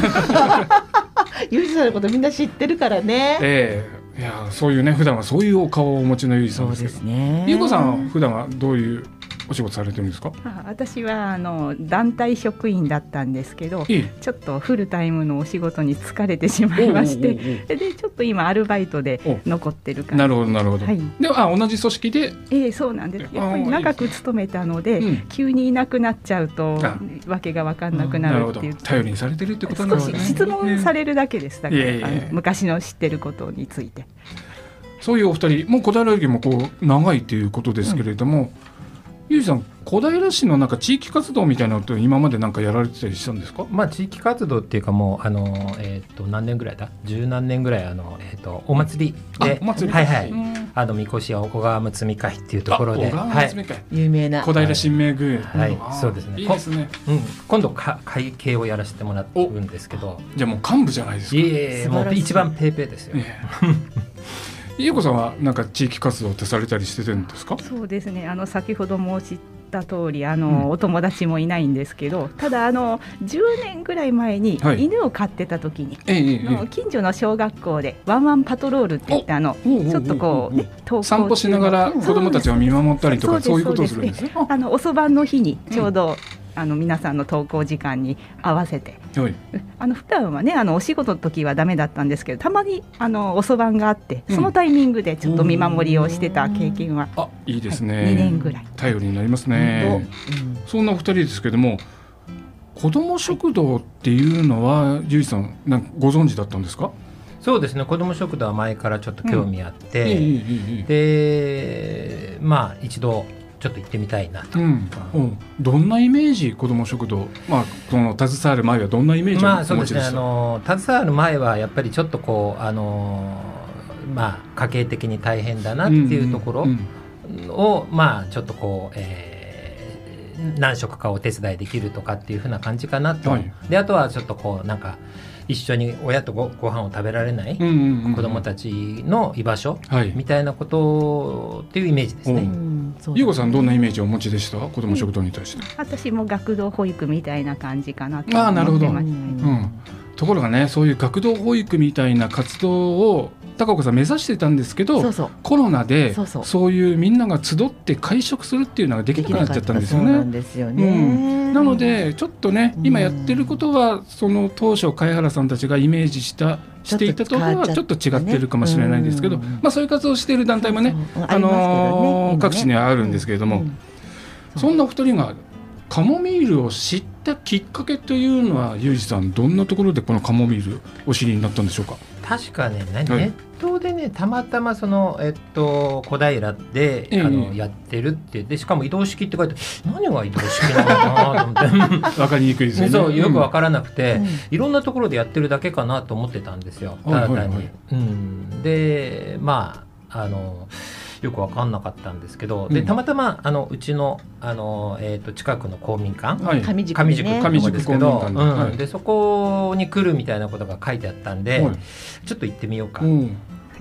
Speaker 1: ユージさんのことみんな知ってるからね。
Speaker 2: [laughs] ええいやそういうね普段はそういうお顔をお持ちのゆいさ
Speaker 1: そ
Speaker 2: ん
Speaker 1: う
Speaker 2: ですけ
Speaker 1: で
Speaker 2: ど
Speaker 1: すね。
Speaker 2: ゆうこさんは普段はどういうお仕事されてるんですか
Speaker 3: あ私はあの団体職員だったんですけど
Speaker 2: いい
Speaker 3: ちょっとフルタイムのお仕事に疲れてしまいまして
Speaker 2: おうおうおう
Speaker 3: でちょっと今アルバイトで
Speaker 2: お
Speaker 3: 残ってる
Speaker 2: おうな
Speaker 3: 感
Speaker 2: るほど
Speaker 3: じ
Speaker 2: なるほど、
Speaker 3: はい
Speaker 2: ではあ同じ組織で
Speaker 3: ええそうなんですやっぱり
Speaker 2: あー
Speaker 3: 長く勤めたので、
Speaker 2: うん
Speaker 3: 急にいなくなっちゃうと
Speaker 2: あ
Speaker 3: わけが分かんなく
Speaker 2: な
Speaker 3: な
Speaker 2: る
Speaker 3: る
Speaker 2: ほ
Speaker 3: っ
Speaker 2: ど
Speaker 3: ていう
Speaker 2: 頼りにされてるってことなん
Speaker 3: 少
Speaker 2: です
Speaker 3: し
Speaker 2: ね
Speaker 3: 質問さ
Speaker 2: れ
Speaker 3: れるだけですだ
Speaker 2: い
Speaker 3: か
Speaker 2: えいえ
Speaker 3: らあの昔の知ってることについて
Speaker 2: そういうお二人もう小平駅もこう長いということですけれども、ゆいさん小平市のなんか地域活動みたいなのって今までなんかやられてたりしたんですか
Speaker 4: まあ、地域活動っていうかもうあの、えー、と何年ぐらいだ十何年ぐらいあの、えー、とお祭りで
Speaker 2: あお祭り
Speaker 4: はいはい、
Speaker 2: うん
Speaker 4: あのみこしは小川睦美会っていうところで、
Speaker 2: あ小川
Speaker 4: はい
Speaker 2: 夏目会
Speaker 1: 有名な。
Speaker 2: 小平神明宮、
Speaker 4: はい
Speaker 2: あー
Speaker 4: そうですね
Speaker 2: いいですね
Speaker 4: うん、今度か会計をやらせてもらうんですけど
Speaker 2: じゃあもう幹部じゃないですか
Speaker 4: いえいえ
Speaker 1: 素
Speaker 4: も
Speaker 1: 晴ら
Speaker 4: う
Speaker 1: しい
Speaker 4: 一番ペーペーですよ、
Speaker 2: ええゆうこさんはなんか地域活動ってされたりしてるんですか
Speaker 3: そうですねあの先ほど申した通りあの、お友達もいないんですけどただあの10年ぐらい前に
Speaker 2: はい
Speaker 3: 犬を飼ってた時に、
Speaker 2: ええええ
Speaker 3: あの近所の小学校でワンワンパトロールって言ってあの
Speaker 2: おうおうおうおう
Speaker 3: ちょっとこうね登校
Speaker 2: 散歩しながら
Speaker 3: 中の
Speaker 2: 子どもたちを見守ったりとかそういうことをするんですね。
Speaker 3: あの遅番の日にちょうど、あの皆さんの登校時間に合わせて
Speaker 2: はい
Speaker 3: あの普段はねあのお仕事の時はダメだったんですけどたまにあの遅番があって
Speaker 2: うん
Speaker 3: そのタイミングでちょっと見守りをしてた経験は、
Speaker 2: あいいですね、
Speaker 3: はい二年ぐらい
Speaker 2: 頼りになります
Speaker 1: 本
Speaker 2: ね。そんなお二人ですけども子ども食堂っていうのはゆいさんなんかご存知だったんですか、
Speaker 4: そうですね子ども食堂は前からちょっと興味あって、
Speaker 2: えええええ
Speaker 4: でまあ一度ちょっと行ってみたいな
Speaker 2: えうんうん、どんなイメージ子ども食堂、まあ、その携わる前はどんなイメージを
Speaker 4: まあそ
Speaker 2: お
Speaker 4: う
Speaker 2: 持
Speaker 4: で
Speaker 2: ちで
Speaker 4: すね
Speaker 2: し
Speaker 4: あ
Speaker 2: た、
Speaker 4: の携わる前はやっぱりちょっとこうあのまあ家計的に大変だなっていうところ
Speaker 2: ん
Speaker 4: を
Speaker 2: ん、
Speaker 4: まあちょっとこう、えー何食かお手伝いできるとかっていうふうな感じかなと、
Speaker 2: はい
Speaker 4: であとはちょっとこうなんか一緒に親とごご飯を食べられない
Speaker 2: うんうんうんうん
Speaker 4: 子どもたちの居場所
Speaker 2: はい
Speaker 4: みたいなことっていうイメージですね。
Speaker 2: う
Speaker 1: 当うんそうだね
Speaker 2: ゆうこさんどんなイメージをお持ちでした子ども食堂に対して、
Speaker 3: 私も学童保育みたいな感じかなと
Speaker 2: あーなるほど
Speaker 3: 思ってま
Speaker 2: う
Speaker 3: し
Speaker 2: んところがねそういう学童保育みたいな活動を高岡さん目指してたんですけ
Speaker 1: そ
Speaker 2: ど
Speaker 1: うそう。
Speaker 2: コロナで
Speaker 1: そうそう
Speaker 2: そういうみんなが集って会食するっていうのができなくなっちゃったんですよ
Speaker 1: そうなん
Speaker 2: ね。
Speaker 1: ですよ
Speaker 2: う
Speaker 1: ね。
Speaker 2: なの、でちょっとね
Speaker 1: うん
Speaker 2: 今やってることはその当初貝原さんたちがイメージした
Speaker 1: ちょ
Speaker 2: し
Speaker 1: っと違っち
Speaker 2: てい
Speaker 1: ゃ
Speaker 2: た
Speaker 1: っ
Speaker 2: ところはちょっと違ってるかもしれないんですけど、
Speaker 1: うん
Speaker 2: まあ、そういう活動をしている団体もね
Speaker 1: そうそう
Speaker 2: あのー各地にはあるんですけれども、そん
Speaker 1: な
Speaker 2: なお二人がカモミールを知ったきっかけというのはユージさんどんなところでこのカモミールお知りになったんでしょうか
Speaker 4: 確かね、何
Speaker 2: はい
Speaker 4: ネットでねたまたまその、えっと、小平で、
Speaker 2: ええ
Speaker 4: あのやってるってでしかも移動式って書いて何が移動式なのかなと思っ
Speaker 2: わかりにくいです
Speaker 4: て
Speaker 2: [laughs] よね
Speaker 4: そうよく分
Speaker 2: か
Speaker 4: からなくて、
Speaker 1: うん
Speaker 4: いろんなところでやってるだけかなと思ってたんですよた
Speaker 2: はいは
Speaker 4: だ
Speaker 2: いはい
Speaker 4: 単に。うんでまああのよく分かんなかったんですけど、
Speaker 2: う
Speaker 4: で
Speaker 2: ん
Speaker 4: たまたまあのうちのあの、えっと近くの公民館、
Speaker 2: はい
Speaker 1: 上宿
Speaker 4: 上
Speaker 1: で
Speaker 4: 宿
Speaker 1: ね
Speaker 2: 上
Speaker 4: 上宿ですけど、
Speaker 2: 上宿公民館で
Speaker 4: うん
Speaker 2: はい
Speaker 4: でそこに来るみたいなことが書いてあったんで、
Speaker 2: はい
Speaker 4: ちょっと行ってみようか、
Speaker 2: うん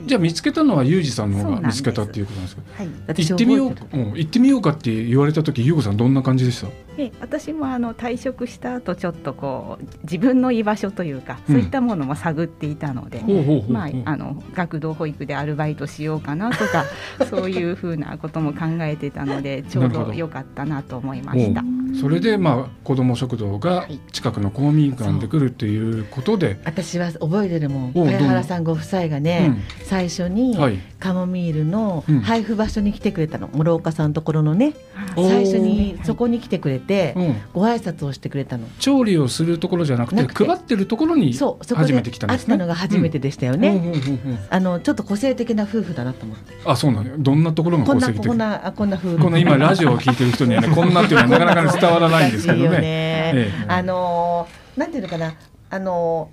Speaker 2: じゃあ見つけたのはユージさんの
Speaker 3: そう
Speaker 2: 方
Speaker 3: な
Speaker 2: が
Speaker 3: んで
Speaker 2: 見
Speaker 3: す
Speaker 2: つけたっていうことなんですけど
Speaker 1: はい
Speaker 2: 行ってみよう、うん、行ってみようかって言われた時ユーゴさんどんな感じでした
Speaker 3: たで私もあの退職した後ちょっとこう自分の居場所というか、
Speaker 2: うん
Speaker 3: そういったものも探っていたので。
Speaker 2: ほうほうほうほう
Speaker 3: まあ、あの学童保育でアルバイトしようかなと [laughs] かそういうふうなことも考えてたのでちょう
Speaker 2: なるほど
Speaker 3: ど良かったなと思いました。
Speaker 2: それでまあ子ども食堂が
Speaker 1: はい
Speaker 2: 近くの公民館で来るっていうことで、
Speaker 1: 私は覚えてるもん
Speaker 2: おうどうも
Speaker 1: 萱原さんご夫妻がね、最初
Speaker 2: う
Speaker 1: に
Speaker 2: んはい
Speaker 1: カモミールの
Speaker 2: うん
Speaker 1: 配布場所に来てくれたの、諸岡さんのところのね
Speaker 2: おー
Speaker 1: 最初にそこに来てくれて
Speaker 2: うん、
Speaker 1: ご挨拶をしてくれたの
Speaker 2: 調理をするところじゃなくて
Speaker 1: なくて
Speaker 2: 配ってるところに
Speaker 1: そうそこ
Speaker 2: 初
Speaker 1: で
Speaker 2: め
Speaker 1: 会
Speaker 2: て来たんで
Speaker 1: っ
Speaker 2: すね
Speaker 1: たのが初めてでしたよね、
Speaker 2: うんうんうんうん
Speaker 1: あのちょっと個性的な夫婦だなと思って
Speaker 2: あそうなのよどんなところが
Speaker 1: こん
Speaker 2: 功
Speaker 1: な
Speaker 2: 績的
Speaker 1: こんなあこんな夫婦
Speaker 2: この今ラジオを聞いてる人にはねこんなっていうのは [laughs] なか
Speaker 1: [laughs]
Speaker 2: なかね伝わらないんですけど
Speaker 1: 難しいよ
Speaker 2: ね。
Speaker 1: ね
Speaker 2: ええ
Speaker 1: あのーなんていうのかな、あの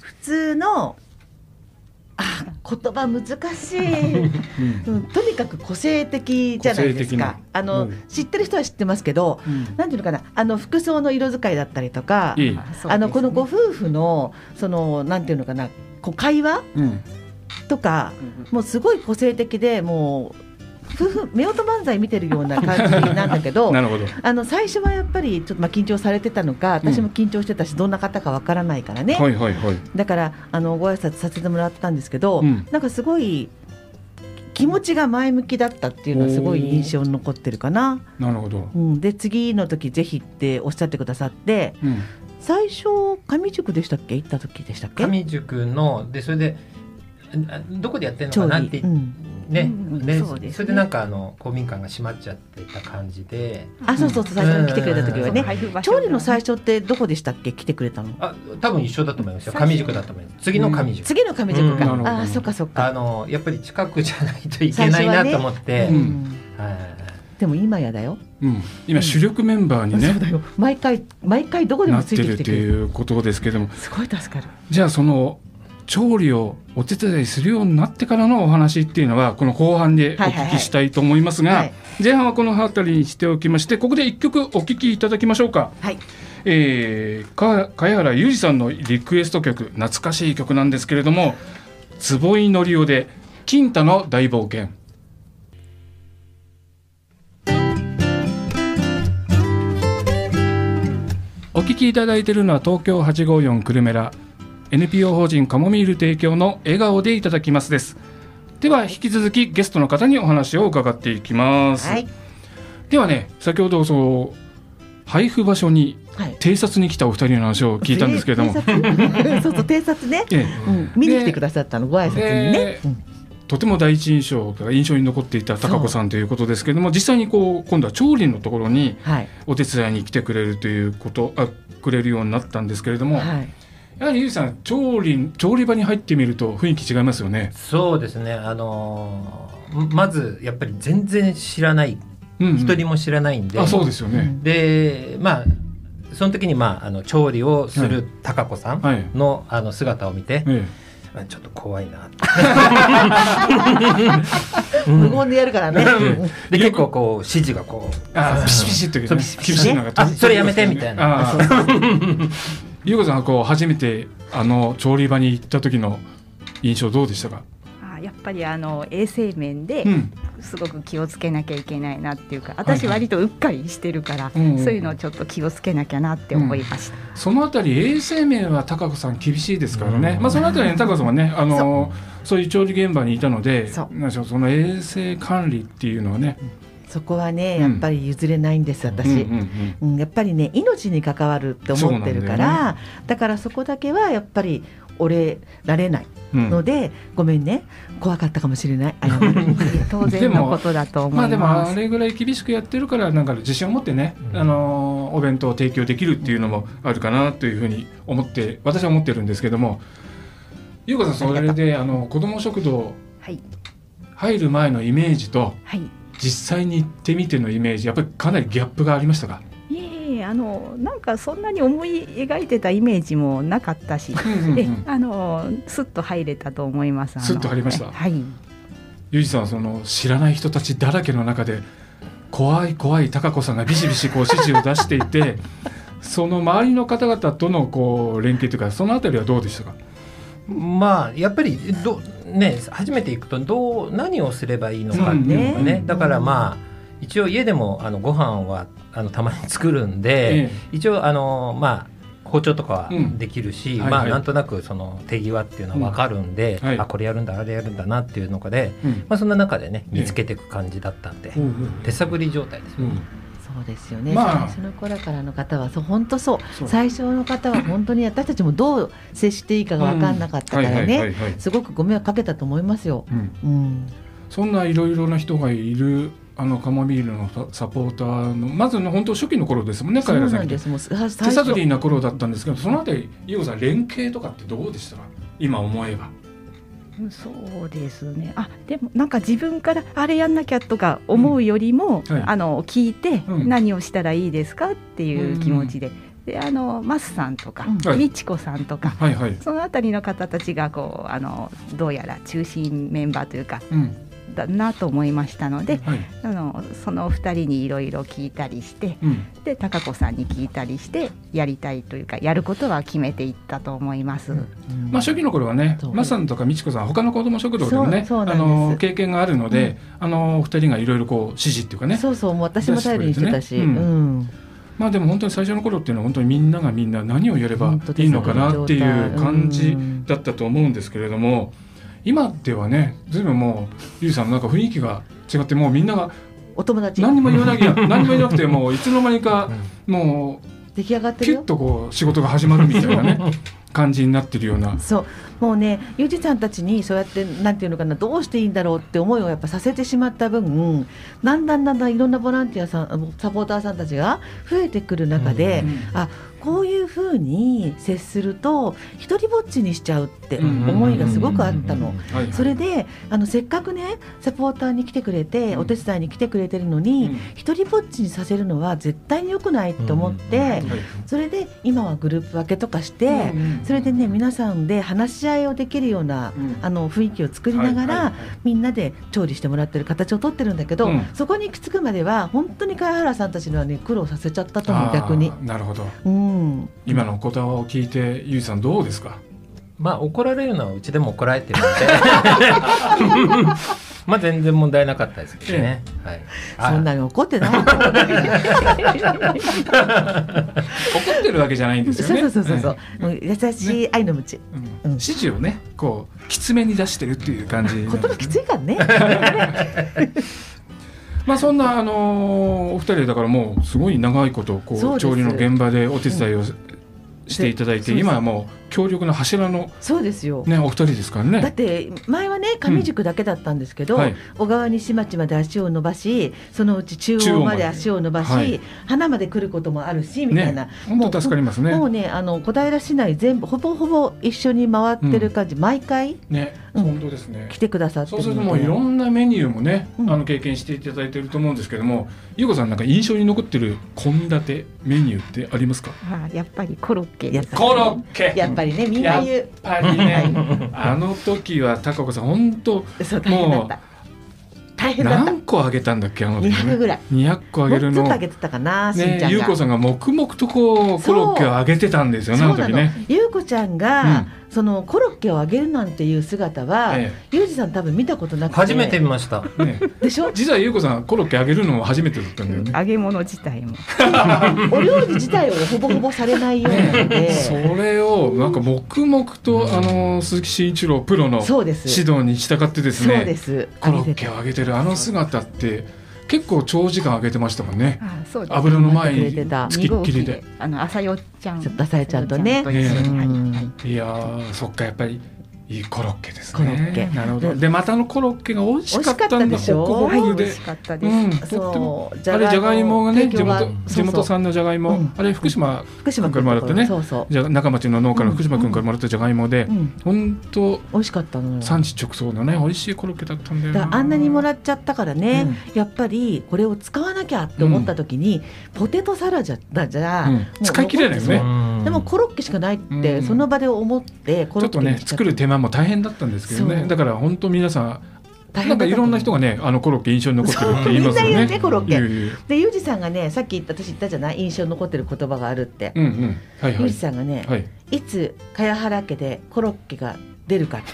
Speaker 1: ー普通の。あ、言葉難しい、
Speaker 2: うん
Speaker 1: うんとにかく個性的じゃないで
Speaker 2: 個性
Speaker 1: す
Speaker 2: 的な
Speaker 1: か。あの、
Speaker 2: うん
Speaker 1: 知ってる人は知ってますけど、
Speaker 2: うん
Speaker 1: なんていうのかな、あの服装の色使いだったりとか。
Speaker 2: いい
Speaker 3: そう
Speaker 1: あの、
Speaker 3: です
Speaker 1: こ
Speaker 3: ね
Speaker 1: のご夫婦の、その、なんていうのかな、こう会話
Speaker 2: うん
Speaker 1: とか。もうすごい個性的で、もう。夫婦夫婦漫才見てるような感じなんだけど
Speaker 2: なるほど。
Speaker 1: あの最初はやっぱりちょっとまあ緊張されてたのか私も緊張してたし、どんな方かわからないからね、
Speaker 2: はいはいはい。
Speaker 1: だからあのご挨拶させてもらったんですけど、
Speaker 2: うん
Speaker 1: なんかすごい気持ちが前向きだったっていうのはすごい印象に残ってるかな、
Speaker 2: なるほど。
Speaker 1: うん、で次の時ぜひっておっしゃってくださって
Speaker 2: うん。
Speaker 1: 最初上塾でしたっけ行った時でしたっけ
Speaker 4: 上塾のでそれであどこでやってんの
Speaker 1: 調
Speaker 4: か
Speaker 1: 理
Speaker 4: なって、
Speaker 1: うん
Speaker 4: ね,、
Speaker 3: うん
Speaker 4: ね
Speaker 3: そうですね
Speaker 4: それでなんかあの公民館が閉まっちゃってた感じで
Speaker 1: あそうそうそう最初に来てくれた時は
Speaker 4: うん
Speaker 1: ね
Speaker 4: 配
Speaker 3: 布場所
Speaker 1: 調理の最
Speaker 3: 初
Speaker 1: 初ってどこでしたっけ来てくれたの
Speaker 4: あ多分一緒だと思いますよ上塾だと思います次の上塾、
Speaker 1: 次の上塾か、
Speaker 2: うんなるほど
Speaker 1: ああそっかそっか、
Speaker 4: あのやっぱり近くじゃないといけないなと思って、
Speaker 1: う
Speaker 2: ね
Speaker 1: ん、
Speaker 4: はい
Speaker 1: でも今やだよ、
Speaker 2: うん。今主力メンバーに
Speaker 1: そう
Speaker 2: ね。
Speaker 1: だよ毎回毎回どこで
Speaker 2: な
Speaker 1: も
Speaker 2: っ
Speaker 1: つ
Speaker 2: て
Speaker 1: いて
Speaker 2: る
Speaker 1: き
Speaker 2: ってて
Speaker 1: くれる
Speaker 2: いうことですけども
Speaker 1: すごい助かる
Speaker 2: じゃあその調理をお手伝いするようになってからのお話っていうのはこの後半でお
Speaker 1: はいはい
Speaker 2: 聞
Speaker 1: はい
Speaker 2: きしたいと思いますが、
Speaker 1: はい
Speaker 2: 前半はこの辺りにしておきましてここで一曲お聴きいただきましょうか、
Speaker 1: はい
Speaker 2: えー、か茅原裕二さんのリクエスト曲懐かしい曲なんですけれども坪井のりおで「金太の大冒険」お聞きいただいているのは東京854クルメラ NPO 法人カモミール提供の笑顔でいただきますですでは引き続きゲストの方にお話を伺っていきます、
Speaker 1: はい
Speaker 2: ではね先ほどその配布場所に
Speaker 1: はい
Speaker 2: 偵察に来たお二人の話を聞いたんですけれども、
Speaker 1: 偵察 [laughs] そうそう偵察ね、
Speaker 2: え
Speaker 1: う
Speaker 2: え
Speaker 1: ん、見に来てくださったのご挨拶にね
Speaker 2: で、とても第一印象が印象に残っていた高子さんということですけれども実際にこう今度は調理のところに
Speaker 1: うんはい
Speaker 2: お手伝いに来てくれるということあくれるようになったんですけれども、
Speaker 1: はい
Speaker 2: やはりゆうじさん調理調理場に入ってみると雰囲気違いますよね。
Speaker 4: そうですねあのーまずやっぱり全然知らない
Speaker 2: うんうん
Speaker 4: 一人も知らないんで、
Speaker 2: あそうですよね。
Speaker 4: でまあその時に、まあ、あの調理をする高子さん
Speaker 2: はい
Speaker 4: の,、あの姿を見て、
Speaker 2: え
Speaker 4: あちょっと怖いなって、
Speaker 1: 無言でやるからね、うん
Speaker 4: で結構こう指示がこ
Speaker 2: え、あピシピシって
Speaker 4: そ
Speaker 2: 厳
Speaker 4: うピ
Speaker 2: し
Speaker 4: シピシ
Speaker 2: いのが
Speaker 4: あそれやめてみたいな
Speaker 2: ああゆうこさんはこう初めてあの調理場に行った時の印象どうでしたか。
Speaker 3: あやっぱりあの衛生面で
Speaker 2: うん
Speaker 3: すごく気をつけなきゃいけないなっていうか
Speaker 2: いはい
Speaker 3: 私割とうっかりしてるから、
Speaker 2: うんうん
Speaker 3: そういうのをちょっと気をつけなきゃなって思いました、
Speaker 2: そのあたり衛生面は高子さん厳しいですからね、
Speaker 4: うん
Speaker 2: まあ、そのあたりね高子さんはねあのそういう調理現場にいたので
Speaker 3: そう
Speaker 2: なんでしょうその衛生管理っていうのはね
Speaker 1: そこはね
Speaker 2: うん
Speaker 1: やっぱり譲れないんです私、
Speaker 2: うんうんうん
Speaker 1: うんやっぱりね命に関わるって思ってるか
Speaker 2: そうな
Speaker 1: らだ,、からそこだけはやっぱり折れられない
Speaker 2: うん
Speaker 1: ので、ごめんね怖かったかもしれない謝
Speaker 2: [laughs]
Speaker 1: る
Speaker 3: 当然のことだと思
Speaker 2: まあ
Speaker 3: い
Speaker 2: でも
Speaker 3: ま
Speaker 2: あ
Speaker 3: す、
Speaker 2: れぐらい厳しくやってるからなんか自信を持ってね、
Speaker 4: うん
Speaker 2: あのーお弁当を提供できるっていうのもあるかなというふうに思って私は思ってるんですけども優子さんそれであの子ども食堂
Speaker 3: はい
Speaker 2: 入る前のイメージと
Speaker 3: はい
Speaker 2: 実際に行ってみてのイメージやっぱりかなりギャップがありましたか
Speaker 3: いえいえあのなんかそんなに思い描いてたイメージもなかったし、
Speaker 2: うんうんうん
Speaker 3: えあのスッと入れたと思いますあの
Speaker 2: スッと入りました
Speaker 3: はい
Speaker 2: ユージさんはその知らない人たちだらけの中で怖い怖い高子さんがビシビシこう指示を出してい [laughs] てその周りの方々とのこう連携というかそのあたりはどうでしたか、
Speaker 4: うまあやっぱりど、ね、初めて行くとどう何をすればいいのかっていうのが
Speaker 1: そう
Speaker 4: ね、
Speaker 1: ね
Speaker 4: だからまあ一応家でもあのご飯はあのたまに作るん
Speaker 2: え
Speaker 4: で、一応あのまあ包丁とかは
Speaker 2: うん
Speaker 4: できるし、
Speaker 2: はいはい
Speaker 4: まあなんとなくその手際っていうのは分かるんで、
Speaker 2: うんはい
Speaker 4: あこれやるんだあれやるんだなっていうので、
Speaker 2: えうん
Speaker 4: まあ、そんな中でね
Speaker 2: ね
Speaker 4: 見つけていく感じだったんで、
Speaker 2: うん
Speaker 4: 手探り状態ですよ、
Speaker 2: うん
Speaker 1: そうですよね、
Speaker 2: ま
Speaker 1: 最
Speaker 2: あ
Speaker 1: 初の頃からの方はそう本当そう
Speaker 2: そう
Speaker 1: 最初の方は本当に私たちもどう接していいかが分かんなかったからね、
Speaker 2: はいはいはいはい
Speaker 1: すごくご迷惑かけたと思いますよ。
Speaker 2: うん
Speaker 1: うん、
Speaker 2: そんないろいろな人がいるあのカモミールのササポーターのまずの本当初期の頃ですもんね
Speaker 1: そう
Speaker 2: 彼らさ
Speaker 1: なんん
Speaker 2: に
Speaker 1: ですもうさ
Speaker 2: 手
Speaker 1: 最
Speaker 2: 探
Speaker 1: 初
Speaker 2: りな頃だったんですけどそのあたり優子さん連携とかってどうでしたか今思えば
Speaker 3: うんそうですねあでもなんか自分からあれやんなきゃとか思うよりも、
Speaker 2: うんはい
Speaker 3: あの聞いて
Speaker 2: うん
Speaker 3: 何をしたらいいですかっていう気持ちで、であのマスさんとか、
Speaker 1: うん
Speaker 2: はい
Speaker 3: みちこさんとか
Speaker 2: はいはい、
Speaker 3: そのあたりの方たちがこうあのどうやら中心メンバーというか
Speaker 2: うん
Speaker 3: だなと思いましたので、
Speaker 2: はい。
Speaker 3: あのそのお二人にいろいろ聞いたりして
Speaker 2: うん。
Speaker 3: で貴子さんに聞いたりしてやりたいというかやることは決めていったと思います。
Speaker 2: まあ初期の頃はね
Speaker 1: そう、
Speaker 2: マさんとか美智子さん、他の子ども食堂でもね、
Speaker 1: そうそう
Speaker 2: あ
Speaker 1: なんです
Speaker 2: の経験があるので、あのお二人がいろいろこう指示っていうかね、
Speaker 1: そうそう、もう私も頼りにしてたし、
Speaker 2: 出してくれてね
Speaker 1: うん
Speaker 2: まあでも本当に最初の頃っていうのは本当にみんながみんな何をやればいいのかなっていう感じだったと思うんですけれども、今ではね、ずいぶんもうゆうさんのなんか雰囲気が違ってもうみんなが
Speaker 1: お友達
Speaker 2: 何も言わなきゃ
Speaker 1: [laughs]
Speaker 2: 何も言わなくてもういつの間にかも
Speaker 1: 出来上がっ
Speaker 2: う
Speaker 1: て
Speaker 2: ピ
Speaker 1: る
Speaker 2: ュッ
Speaker 1: よ。
Speaker 2: とこう仕事が始まるみたいなね感じになってるような。
Speaker 1: そうもうねゆうじさんたちにそうやってなんていうのかなどうしていいんだろうって思いをやっぱさせてしまった分だんだんだんだんいろんなボランティアさんサポーターさんたちが増えてくる中で、
Speaker 4: うん
Speaker 1: あこういうふうに接すると一人ぼっちにしちゃうって
Speaker 2: うん
Speaker 1: 思いがすごくあったの。
Speaker 2: はいはい
Speaker 1: それであのせっかくねサポーターに来てくれて、
Speaker 2: うん
Speaker 1: お手伝いに来てくれてるの
Speaker 2: う
Speaker 1: に、
Speaker 2: ん
Speaker 1: 一人ぼっちにさせるのは絶対に良くないと思って、
Speaker 4: うん
Speaker 2: はい
Speaker 1: それで今はグループ分けとかして、それでね皆さんで話し合いをできるような、
Speaker 2: うん
Speaker 1: あの雰囲気を作りながら、
Speaker 2: はいはいはい
Speaker 1: みんなで調理してもらってる形をとってるんだけど、
Speaker 2: うん
Speaker 1: そこに行き着くまでは本当に貝原さんたちにはね苦労させちゃったと思う逆に
Speaker 2: あ。ーなるほど
Speaker 1: うん、
Speaker 2: 今のお言葉を聞いてゆうさんどうですか
Speaker 4: まあ怒られるのはうちでも怒られてるので
Speaker 2: [laughs]
Speaker 4: まあ全然問題なかったですけどね、はい、あ
Speaker 1: そんなに怒ってないと思う
Speaker 2: 怒ってるわけじゃないんですよ
Speaker 1: そう
Speaker 2: ね
Speaker 1: そうそうそうそう、
Speaker 2: うん
Speaker 1: もう優しい愛の鞭
Speaker 2: うん
Speaker 1: うん
Speaker 2: 指示をねこうきつめに出してるっていう感じなんです
Speaker 1: 言
Speaker 2: ね
Speaker 1: 葉きついからね
Speaker 2: まあそんなあのーお二人だからもうすごい長いことこ
Speaker 1: そう
Speaker 2: う
Speaker 1: です
Speaker 2: 調理の現場でお手伝いをしていただいて
Speaker 1: で
Speaker 2: 今はもう協力の柱の
Speaker 1: そうですよ、
Speaker 2: ねお二人ですから
Speaker 1: だっ
Speaker 2: ね
Speaker 1: て前はね上宿だけだったんですけど、
Speaker 2: はい
Speaker 1: 小川西町まで足を伸ばしそのうち中央まで足を伸ばし、
Speaker 2: 中央まではい
Speaker 1: 花まで来ることもあるしみたいな、
Speaker 2: ね本当助かりますね
Speaker 1: もうねあの小平市内全部ほぼほぼ一緒に回ってる感じ、毎回
Speaker 2: ね
Speaker 1: うん
Speaker 2: 本当ですね
Speaker 1: 来てくださって
Speaker 2: そう
Speaker 1: る
Speaker 2: す
Speaker 1: の
Speaker 2: る
Speaker 1: で
Speaker 2: ともういろんなメニューもね、
Speaker 1: うん
Speaker 2: あの経験していただいてると思うんですけども、ゆうこさんなんか印象に残ってる献立メニューってありますか？
Speaker 3: あやっぱりコロッケです
Speaker 1: やっコロ
Speaker 2: ケ
Speaker 1: やっぱりねみんな言う
Speaker 2: やっぱりね、あの時は高子さん本当
Speaker 1: そう大変だった大変だった
Speaker 2: 何個あげたんだっけあの時
Speaker 1: 200
Speaker 2: ね。
Speaker 1: ぐらい
Speaker 2: 200個あげ
Speaker 1: も
Speaker 2: る
Speaker 1: うちょ
Speaker 2: の
Speaker 1: っとあげてたかな、しんちゃ
Speaker 2: ね、
Speaker 1: ん
Speaker 2: ゆう
Speaker 1: が
Speaker 2: こさんが黙々とこうコロッケをあげてたんですよね
Speaker 1: そ
Speaker 2: あの
Speaker 1: うな
Speaker 2: 時
Speaker 1: の、
Speaker 2: ね。
Speaker 1: ゆうこちゃんが、そのコロッケをあげるなんていう姿は、
Speaker 2: え
Speaker 1: ゆうじさん多分見たことなくて
Speaker 4: 初めて見ました、
Speaker 2: ね
Speaker 1: でしょ [laughs]
Speaker 2: 実はゆうこさんコロッケあげるのは初めてだったんだよね。
Speaker 3: 揚げ物自体も
Speaker 1: お料理自体をほぼほぼされないようなので、
Speaker 2: それをなんか黙々と、
Speaker 4: うん
Speaker 2: あの鈴木慎一郎プロの
Speaker 1: そうです
Speaker 2: 指導に従ってですね
Speaker 1: そうです
Speaker 2: コロッケ
Speaker 1: あ
Speaker 2: を揚げてるあの姿って結構長時間揚げてましたもんね
Speaker 3: あそうです
Speaker 2: 油の前
Speaker 1: くれ
Speaker 2: に
Speaker 1: てた
Speaker 2: つきっきりで
Speaker 3: あの朝よっちゃん
Speaker 1: ちょっと朝よちゃんとね
Speaker 3: 朝よちゃんと一緒に
Speaker 1: うん
Speaker 3: はいはい
Speaker 2: いやーそっかやっぱりいいコロッケですね
Speaker 1: コロッケ
Speaker 2: なるほどでまたあのコロッケが美味しかったんだ
Speaker 1: 美味しかったでしょ
Speaker 2: ホク
Speaker 3: はい
Speaker 2: ホク
Speaker 3: 美
Speaker 2: で
Speaker 3: 味しかったです、
Speaker 2: うん、
Speaker 1: そ
Speaker 2: とっても
Speaker 1: う
Speaker 2: あれじゃがいもがね地元地元
Speaker 1: ん
Speaker 2: 産のじゃがいも、
Speaker 1: うん
Speaker 2: あれ福島
Speaker 1: 福島君
Speaker 2: からもらってね
Speaker 1: そうそう、
Speaker 2: じゃ中町の農家の福島君からもらったじゃがいもで、
Speaker 1: うん、
Speaker 2: ほんと
Speaker 1: 美味しかったのよ
Speaker 2: 産地直送のね美味しいコロッケだったんだよ
Speaker 1: だからあんなにもら
Speaker 2: っ
Speaker 1: っちゃったからね、やっぱりこれを使わなきゃって思った時に、ポテトサラダじゃじゃ、もう
Speaker 2: 使い切れないよね
Speaker 1: でもコロッケしかないって、
Speaker 2: うん
Speaker 1: その場で思ってコ
Speaker 2: ち
Speaker 1: ロ
Speaker 2: ょっ
Speaker 1: ッ
Speaker 2: と
Speaker 1: ケに
Speaker 2: ね
Speaker 1: しちゃった
Speaker 2: 作る手間も大変だったんですけど
Speaker 1: そ
Speaker 2: ね
Speaker 1: う
Speaker 2: だから本当皆さん
Speaker 1: 大
Speaker 2: な
Speaker 1: 変
Speaker 2: ん
Speaker 1: だ
Speaker 2: か
Speaker 1: っ
Speaker 2: い
Speaker 1: たと
Speaker 2: ろ
Speaker 1: 思うん
Speaker 2: な人がねあのコロッケ印象に残ってるって言いますよ
Speaker 1: そうみんな言う
Speaker 2: ね
Speaker 1: ねコロッケ
Speaker 2: 言う言う
Speaker 1: でユージさんがねさっき私言ったじゃない印象に残ってる言葉があるって、
Speaker 2: うんうんはい
Speaker 1: ユ
Speaker 2: は
Speaker 1: ー
Speaker 2: い
Speaker 1: ジさんがね、
Speaker 2: はい
Speaker 1: い、つ茅原家でコロッケが出るかって